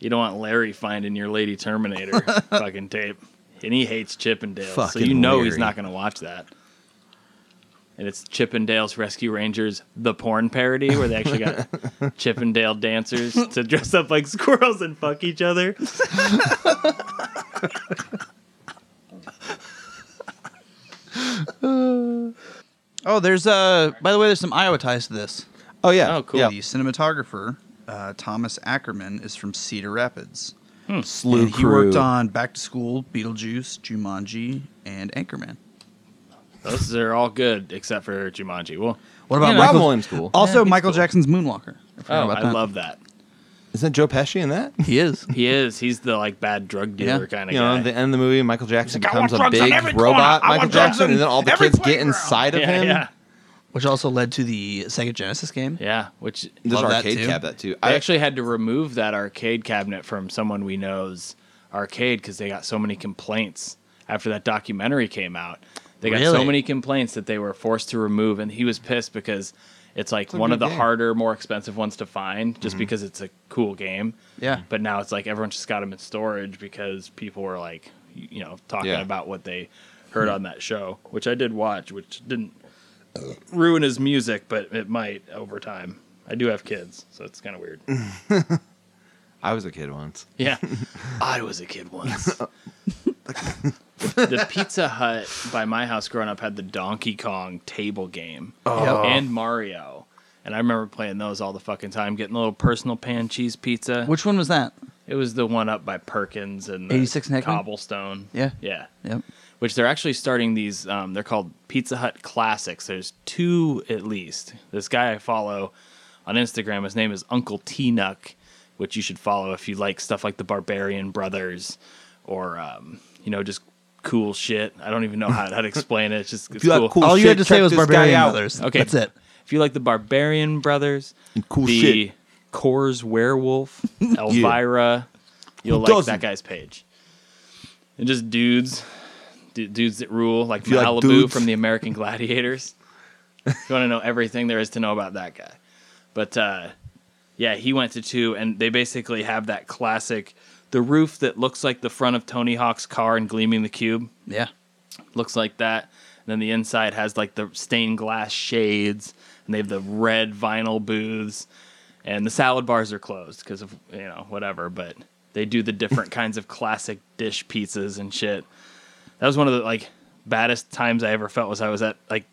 You don't want Larry finding your Lady Terminator fucking tape. And he hates Chippendales, so
Fucking
you know he's
Larry.
not going to watch that. And it's Chippendales Rescue Rangers, the porn parody, where they actually got Chippendale dancers to dress up like squirrels and fuck each other.
Oh, there's uh. By the way, there's some Iowa ties to this.
Oh yeah.
Oh, cool.
Yeah.
The cinematographer uh, Thomas Ackerman is from Cedar Rapids.
Slew
and he worked on Back to School, Beetlejuice, Jumanji, and Anchorman.
Those are all good except for Jumanji. Well,
What
Yeah,
about
Robin
Michael?
Williams cool.
Also,
he's
Michael
cool.
Jackson's Moonwalker. I forgot
oh,
about
I
that.
love that.
Isn't Joe Pesci in that?
He is.
He is. He's the like bad drug dealer
Yeah.
kind of
You know,
guy.
at the end of the movie, Michael Jackson
like, "I want
becomes a
drugs on
big
every corner.
robot,
I want
Michael
drugs
Jackson,
on
and then all the
every
kids get
playground."
inside of
yeah,
him.
yeah,
Which also led to the Sega Genesis game.
yeah. Which
There's
Love that
arcade
too.
cab that too.
I
I
actually had to remove that arcade cabinet from someone we know's arcade because they got so many complaints after that documentary came out. They got so
Really?
many complaints that they were forced to remove, and he was pissed because it's like
a
one of
good
the
game.
harder, more expensive ones to find just because it's a cool game.
Yeah.
But now it's like everyone's just got them in storage because people were like, y- you know, talking
Yeah.
about what they heard on that show, which I did watch, which didn't ruin his music, but it might over time. I do have kids, so it's kind of weird.
I was a kid once.
Yeah. I was a kid once. the Pizza Hut by my house growing up had the Donkey Kong table game and Mario. And I remember playing those all the fucking time, getting a little personal pan cheese pizza.
Which one was that?
it was the one up by Perkins and the
86 Neckin?
Cobblestone.
Yeah.
Yeah
Yep.
which they're actually starting these. Um, they're called Pizza Hut Classics. There's two at least. This guy I follow on Instagram, his name is Uncle T Nuck, which you should follow if you like stuff like the Barbarian Brothers or, um, you know, just cool shit. I don't even know how, how to explain it. It's just it's
you like
cool.
cool
All you
shit,
had to say
check
was
this guy
Barbarian
out.
Brothers.
Okay.
That's it.
If you like the Barbarian Brothers,
cool
the
shit.
Coors Werewolf, Elvira, you'll like
doesn't?
that guy's page. And just dudes, du- dudes that rule, like
you like
Malibu
dudes?
from the American Gladiators. you want to know everything there is to know about that guy. But uh, Yeah, he went to two, and they basically have that classic the roof that looks like the front of Tony Hawk's car and Gleaming the Cube
Yeah.
looks like that. And then the inside has like the stained glass shades, and they have the red vinyl booths, and the salad bars are closed because of you know whatever. But they do the different kinds of classic dish pizzas and shit. That was one of the like baddest times I ever felt was I was at like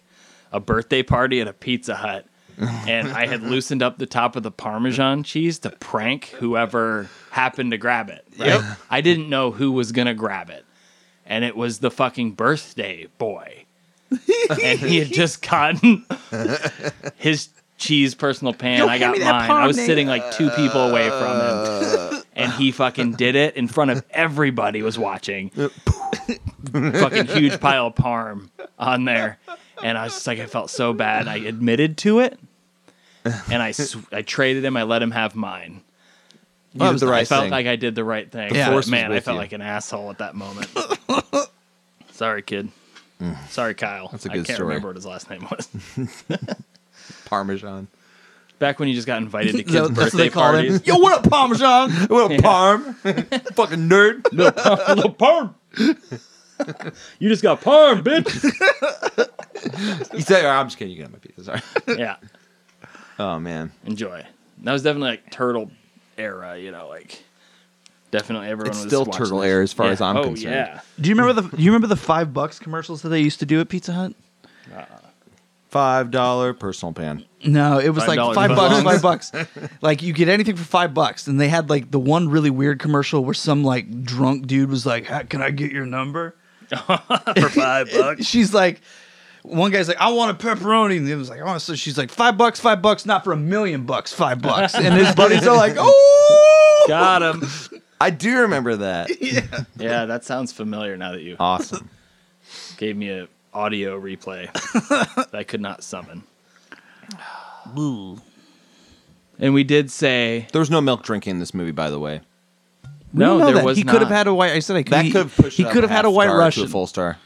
a birthday party at a Pizza Hut, and I had loosened up the top of the Parmesan cheese to prank whoever happened to grab it. right? I didn't know who was gonna grab it and it was the fucking birthday boy. and he had just gotten his cheese personal pan. I got mine. I was sitting like two people away from him. and he fucking did it in front of everybody was watching. fucking huge pile of parm on there. And I was just like, I felt so bad. I admitted to it. And I, sw- I traded him. I let him have mine.
You did the right
I felt
thing.
like I did the right thing.
Yeah.
But
force
was
man, I
with
felt
you.
like an asshole at that moment. Sorry, kid. Sorry, Kyle.
Mm. That's a
I
good
can't
story.
remember what his last name was.
Parmesan.
Back when you just got invited to kids'
That's what
birthday
they call him.
parties.
Yo, what up, Parmesan? What up, Parm? Fucking nerd.
Little parm. you just got parm, bitch.
You say, I'm just kidding. You can have my pizza. Sorry.
yeah,
Oh man,
enjoy. That was definitely like turtle era. You know, like definitely everyone
it's
was
still
watching
turtle
this.
air as far
Yeah.
as I'm
oh,
concerned.
Yeah.
Do you remember the Do you remember the five bucks commercials that they used to do at Pizza Hut?
Five dollar personal pan.
No, it was
Five
like
dollars
five
for
bucks,
bongs.
five bucks. Like you get anything for five bucks, and they had like the one really weird commercial where some like drunk dude was like, "Ha- "Can I get your number?"
For five bucks.
She's like, one guy's like, "I want a pepperoni," and the other's like, "Oh," so she's like, five bucks, five bucks, not for a million bucks, five bucks." And his buddies are like, "Oh,
Got him.
I do remember that.
Yeah, that sounds familiar now that you
Awesome.
gave me a audio replay that I could not summon. And we did say
There was no milk drinking in this movie, by the way.
We
no,
know
there
that.
was
he
not.
could have had a white. I said I could.
That
he,
could have pushed.
He
it up
could have
a
had a
half
white
star
Russian.
to a full star.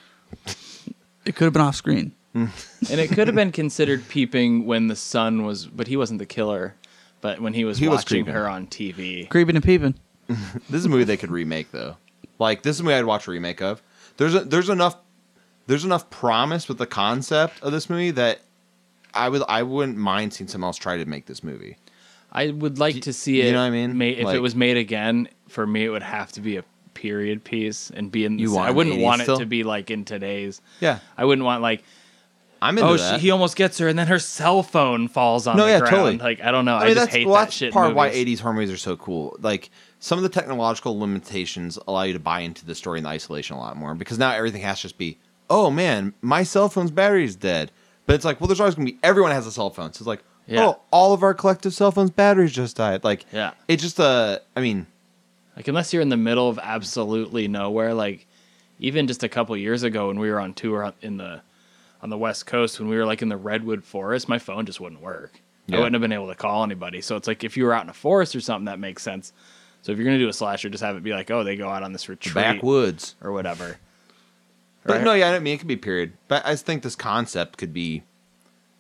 It could have been off screen.
and it could have been considered peeping when the son was, but he wasn't the killer. But when he was
He was
watching
creeping.
her on TV,
Creeping and peeping.
This is a movie they could remake though. Like this is a movie I'd watch a remake of. There's a, there's enough there's enough promise with the concept of this movie that I would I wouldn't mind seeing someone else try to make this movie.
I would like to see it.
you know what I mean?
ma- if
Like-
it was made again, for me, it would have to be a period piece and be in. The,
You want
I
an
wouldn't
80s
want
still?
it to be like in today's.
Yeah,
I wouldn't want like
I'm into
oh
that.
she, he almost gets her and then her cell phone falls on
No,
the
yeah,
ground.
totally.
Like I don't know. I,
I mean,
just
that's,
hate
well,
that
that's
shit.
part of why
movies.
80s horror movies are so cool. Like, some of the technological limitations allow you to buy into the story and the isolation a lot more because now everything has to just be, oh man, my cell phone's battery's dead. But it's like, well, there's always going to be, everyone has a cell phone. So it's like,
Yeah.
oh, all of our collective cell phones' batteries just died. Like,
Yeah.
it's just a, I mean,
Like unless you're in the middle of absolutely nowhere, like even just a couple years ago when we were on tour on- in the on the West Coast when we were like in the redwood forest, my phone just wouldn't work.
Yeah.
I wouldn't have been able to call anybody. So it's like if you were out in a forest or something, that makes sense. So if you're gonna do a slasher, just have it be like, oh, they go out on this retreat
backwoods.
or whatever.
But
Right.
no, yeah, I mean, it could be period. But I just think this concept could be,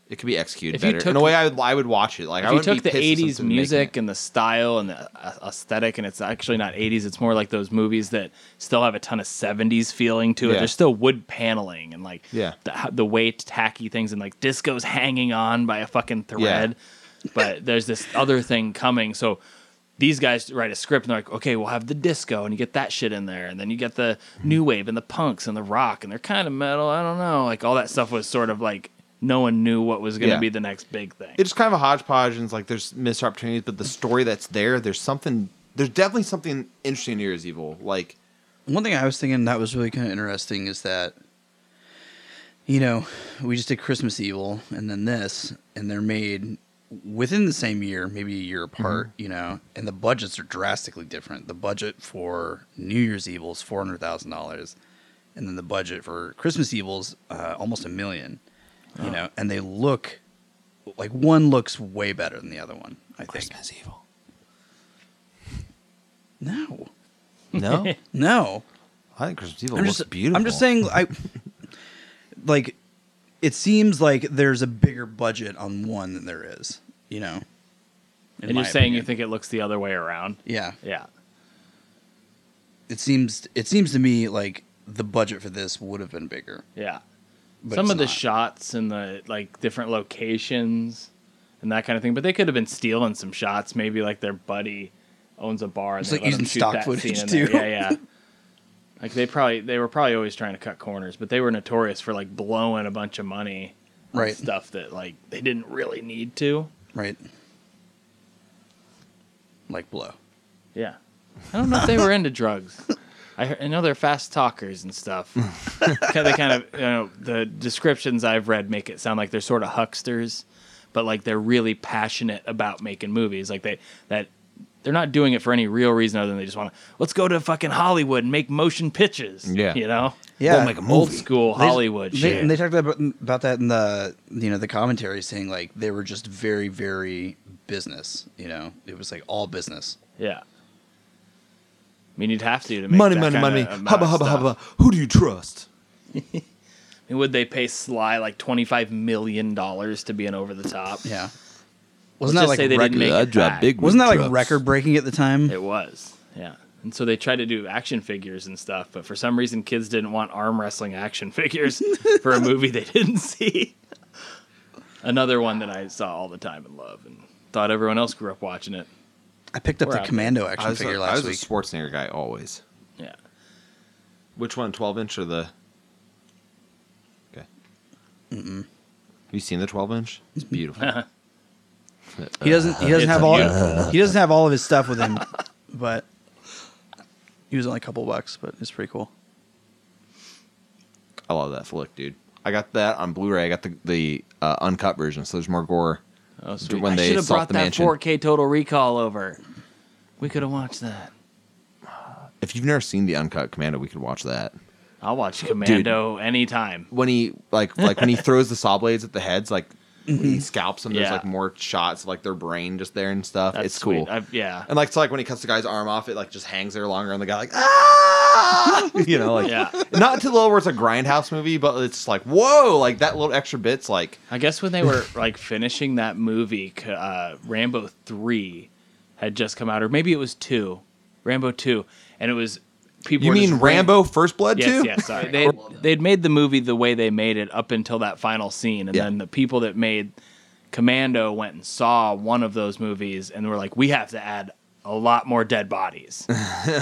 it could be executed
If you
better. in
took-
a way, I would, I would watch it. Like, I
if you
wouldn't
took
be
the
pissed if
80s
someone's making it.
music and the style and the a- aesthetic and it's actually not 80s it's more like those movies that still have a ton of 70s feeling to it
Yeah.
there's still wood paneling and like
Yeah.
the, the way tacky things and like disco's hanging on by a fucking thread but there's this other thing coming so these guys write a script and they're like okay we'll have the disco and you get that shit in there and then you get the new wave and the punks and the rock and they're kind of metal i don't know like all that stuff was sort of like no one knew what was going to
Yeah.
be the next big thing
it's kind of a hodgepodge and it's like there's missed opportunities but the story that's there there's something there's definitely something interesting in Year's Evil like
One thing I was thinking that was really kind of interesting is that, you know, we just did Christmas Evil and then this, and they're made within the same year, maybe a year apart, you know, and the budgets are drastically different. The budget for New Year's Evil is four hundred thousand dollars, and then the budget for Christmas Evil's uh, almost a million, you know, and they look like one looks way better than the other one. I think.
Evil
No,
no
no.
I think Christmas Evil looks beautiful
I'm just saying, I like. It seems like there's a bigger budget on one than there is. You know, in
and you're
my
saying you
opinion.
think it looks the other way around.
yeah.
Yeah.
It seems it seems to me like the budget for this would have been bigger.
Yeah.
But
Some
it's
of the
not.
shots and the like different locations and that kind of thing, but they could have been stealing some shots. Maybe like their buddy owns a bar. And
It's
they
like
let him
using
shoot
stock
that
footage,
scene in there.
too.
Yeah, yeah. like they probably they were probably always trying to cut corners, but they were notorious for like blowing a bunch of money on
Right.
stuff that like they didn't really need to.
Right. Like blow.
Yeah. I don't know if they were into drugs. I, hear- I know they're fast talkers and stuff. 'Cause they kind of, you know, the descriptions I've read make it sound like they're sort of hucksters, but like they're really passionate about making movies. Like they that they're not doing it for any real reason other than they just want to let's go to fucking Hollywood and make motion pictures.
Yeah.
you know,
Yeah.
make a
old
movie.
school
They-
Hollywood
They,
shit.
And they talked about about that in the you know the commentary, saying like they were just very very business. You know, it was like all business.
yeah. I mean, you'd have to to make
Money,
that
money,
kinda
money.
amount
Hubba,
of
hubba,
stuff.
hubba. Who do you trust?
I mean, would they pay Sly like twenty five million dollars to be an over the top?
Yeah.
Let's
Wasn't that
just
like
say they
rec-
didn't make
I
it
drive
back.
big.
wasn't that like
trucks.
record breaking at the time?
It was, yeah. And so they tried to do action figures and stuff, but for some reason, kids didn't want arm wrestling action figures for a movie they didn't see. Another one that I saw all the time and loved, and thought everyone else grew up watching it.
I picked up
We're
the
out there.
Commando
I
action
was, a,
figure
I
last
was a
week.
Schwarzenegger guy always.
Yeah,
Which one, 12 inch or the. Okay. Have you seen the 12 inch? It's beautiful.
He doesn't he
uh,
doesn't
It's
have all
beautiful.
he doesn't have all of his stuff with him, but he was only a couple bucks, but it's pretty cool.
I love that flick, dude. I got that on Blu ray. I got the, the uh, uncut version, so there's more gore.
oh,
sweet. When
I
they
should have
assault
brought
the
that
mansion.
4K Total Recall over. We could have watched that.
If you've never seen the uncut Commando, we could watch that.
I'll watch Commando anytime.
When he like like when he throws the saw blades at the heads, like when he scalps them. There's
Yeah.
like more shots of like their brain just there and stuff.
That's
it's cool.
sweet. I've- yeah,
And like so, like when he cuts the guy's arm off, it like just hangs there longer, and the guy like ah, you know, like
yeah.
not to the level where it's a grindhouse movie, but it's like whoa, like that little extra bit's like
I guess when they were like finishing that movie, c- uh, Rambo three had just come out, or maybe it was two, Rambo two, and it was people.
you
were just
mean
ran-
Rambo First Blood
Yes,
too?
yes. Sorry, they they'd made the movie the way they made it up until that final scene, and
Yeah.
then the people that made Commando went and saw one of those movies and were like, we have to add a lot more dead bodies,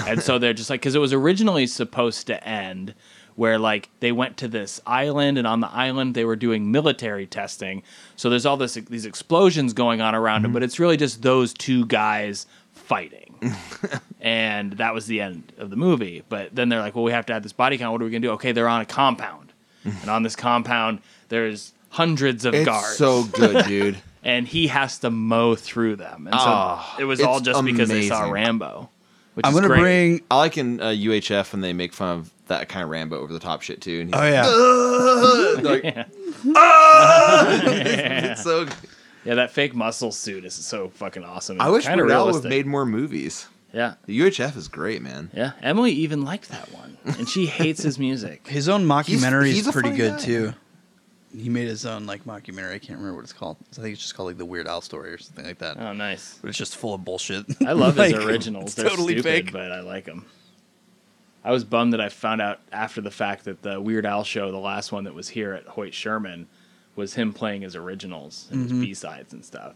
and so they're just like, because it was originally supposed to end where like they went to this island and on the island they were doing military testing so there's all this these explosions going on around
Mm-hmm.
them but it's really just those two guys fighting and that was the end of the movie. But then they're like, well, we have to add this body count. What are we gonna do? Okay, they're on a compound, and on this compound, there's hundreds of
Mm-hmm. It's
guards,
so good, dude.
and he has to mow through them. And so
Ah,
it was all
it's
just because they saw
amazing.
Rambo. Which
I'm
is
gonna
great.
bring
I like in uh, UHF when they make fun of that kind of Rambo over the top shit too. And he's
Oh yeah.
Uh, like, uh, it's so.
yeah, that fake muscle suit is so fucking awesome.
I wish
kind of
Weird Al would
realistic.
have made more movies.
yeah,
The UHF is great, man.
yeah. Emily even liked that one, and she hates his music.
His own mockumentary
he's a
is pretty
funny
good
guy.
too. He made his own like mockumentary. I can't remember what it's called. I think it's just called like the Weird Al story or something like that.
Oh, nice.
But it's just full of bullshit.
I love his
Like,
originals.
it's
They're stupid, but I like them. I was bummed that I found out after the fact that the Weird Al show, the last one that was here at Hoyt Sherman, was him playing his originals and
Mm-hmm.
his B sides and stuff.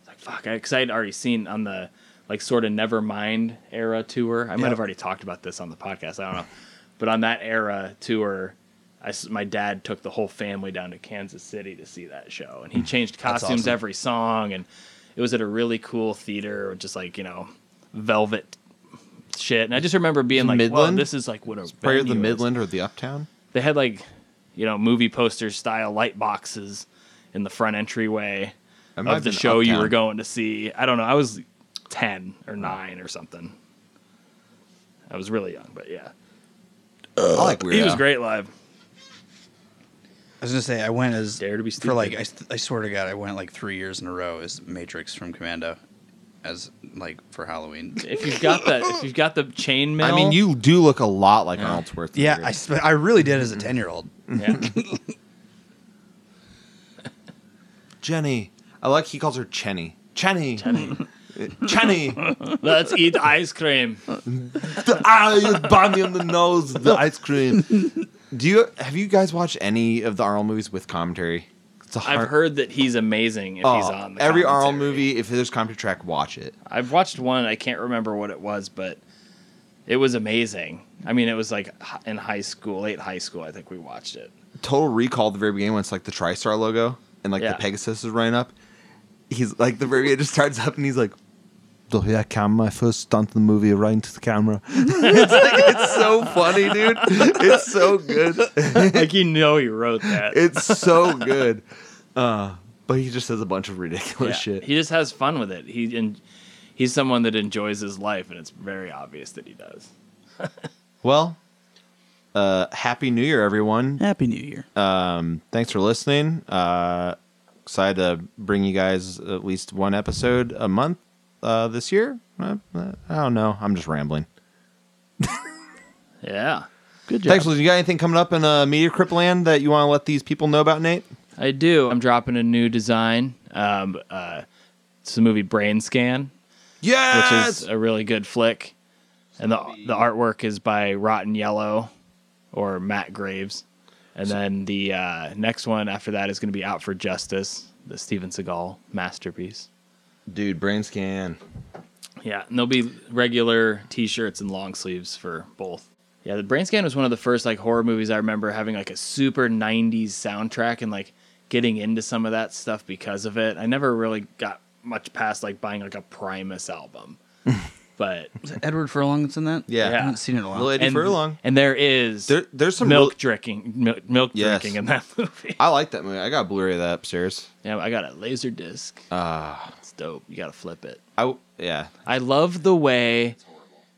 It's like fuck, because I had already seen on the like sort of Nevermind era tour. I might
Yeah.
have already talked about this on the podcast. I don't know, but on that era tour. I s my dad took the whole family down to Kansas City to see that show,
Hmm.
and he changed costumes
awesome.
every song, and it was at a really cool theater, just like you know, velvet shit. And I just remember being like, "Whoa,
Midland?
this is like what a
Prayer of the
venue is."
Midland or the Uptown.
They had like, you know, movie poster style light boxes in the front entryway
That might
of
have
the
been
show you
Uptown.
were going to see. I don't know. I was ten or nine or something. I was really young, but yeah,
I like Weird
Uh, he was
Al.
great live.
I was gonna say I went as
Dare to be
for like I,
stupid.
I swear to God I went like three years in a row as Matrix from Commando, as like for Halloween.
If you've got that, if you've got the chainmail,
I mean, you do look a lot like Arnold Schwarzenegger.
yeah, I sp- I really did
Mm-hmm.
as a ten year old.
Yeah.
Jenny. I like he calls her Chenny. Channy. Channy.
Let's eat ice cream.
the eye Bonnie on the nose. The ice cream. Do you have you guys watched any of the Arnold movies with commentary? It's a
I've
hard-
heard that he's amazing if
Oh,
he's on the
every Arnold
commentary.
movie. If there's commentary track, watch it.
I've watched one. I can't remember what it was, but it was amazing. I mean, it was like hi- in high school, late high school. I think we watched it.
Total Recall, at the very beginning, when it's like the TriStar logo and like
Yeah.
the Pegasus is running up. He's like the very it just starts up and he's like, "Oh yeah, camera! My first stunt in the movie, right into the camera." it's like it's so funny, dude. It's so good.
like you know, you wrote that.
It's so good. Uh, but he just says a bunch of ridiculous
Yeah.
shit.
He just has fun with it. He and he's someone that enjoys his life, and it's very obvious that he does.
well, uh, happy New Year, everyone.
Happy New Year.
Uh,
thanks for listening. Uh, excited to bring you guys at least one episode a month uh, this year. Uh, uh, I don't know. I'm just rambling.
Yeah,
Good job.
Thanks, Liz. You got anything coming up in uh, Media Crip Land that you want to let these people know about, Nate?
I do. I'm dropping a new design. Um, uh, it's the movie Brain Scan, which
Yes.
is a really good flick, and the the artwork is by Rotten Yellow or Matt Graves, and then the uh, next one after that is going to be Out for Justice, the Steven Seagal masterpiece.
Dude, brain scan.
Yeah, and there'll be regular t-shirts and long sleeves for both. Yeah, the Brain Scan was one of the first like horror movies I remember having like a super 90s soundtrack and like getting into some of that stuff because of it. I never really got much past like buying like a Primus album. but
Edward Furlong that's in that?
Yeah.
I haven't seen it in a while.
Little Eddie
and,
Furlong.
and there is
There, there's some
milk
real-
drinking milk, milk
Yes.
drinking in that movie.
I like that movie. I got a Blu-ray of that upstairs.
yeah, I got a laser disc.
Uh.
Ah, it's dope. You got to flip it.
I w- yeah.
I love the way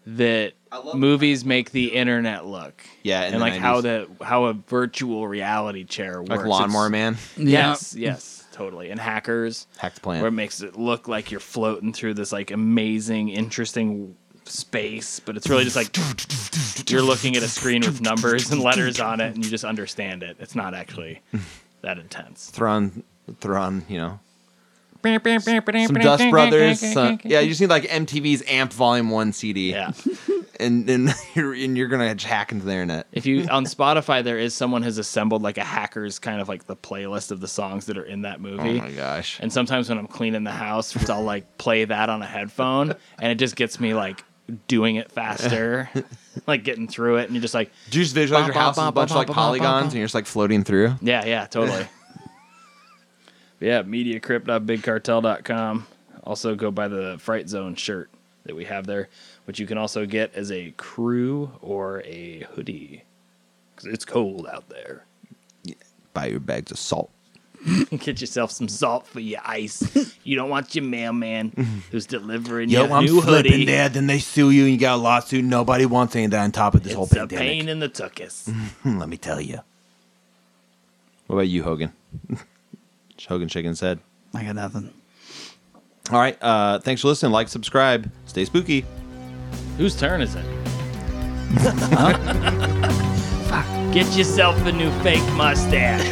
that
love-
movies make the internet look.
Yeah,
and
in the
like how
90s.
the how a virtual reality chair works.
Like Lawnmower
It's-
Man.
Yeah.
Yes, yes, totally. And hackers,
Hack the Planet.
where it makes it look like you're floating through this like amazing, interesting space, but it's really just like you're looking at a screen with numbers and letters on it, and you just understand it. It's not actually that intense.
Thrawn, Thrawn, you know. Some Dust Brothers. uh, some- yeah, you just need like MTV's Amp Volume 1 CD.
Yeah.
And and you're, and you're going to hack into the internet.
If you on Spotify, there is someone has assembled like a hacker's kind of like the playlist of the songs that are in that
Oh
movie.
my gosh.
and sometimes when I'm cleaning the house, I'll like play that on a headphone, and it just gets me like doing it faster, like getting through it. And you're just like,
Do you just visualize your
Ba, ba,
house as a
ba,
bunch
ba,
of like
ba, ba, ba,
polygons
ba.
and you're just like floating through?
yeah, yeah, totally. yeah, mediacrypt.bigcartel.com. Also, go buy the Fright Zone shirt that we have there, which you can also get as a crew or a hoodie 'Cause it's cold out there.
Buy your bags of salt.
Get yourself some salt for your ice. You don't want your mailman who's delivering
Yo,
your
I'm
new
slipping
hoodie.
there. Then they sue you and you got a lawsuit. Nobody wants any of that on top of this whole
It's a
pandemic.
pain in the tuckus.
Hmm, let me tell you. What about you, Hogan? Hogan Chicken said.
I got nothing.
All right. Uh, thanks for listening. Like, subscribe. Stay spooky.
Whose turn is it? Fuck. Get yourself a new fake mustache.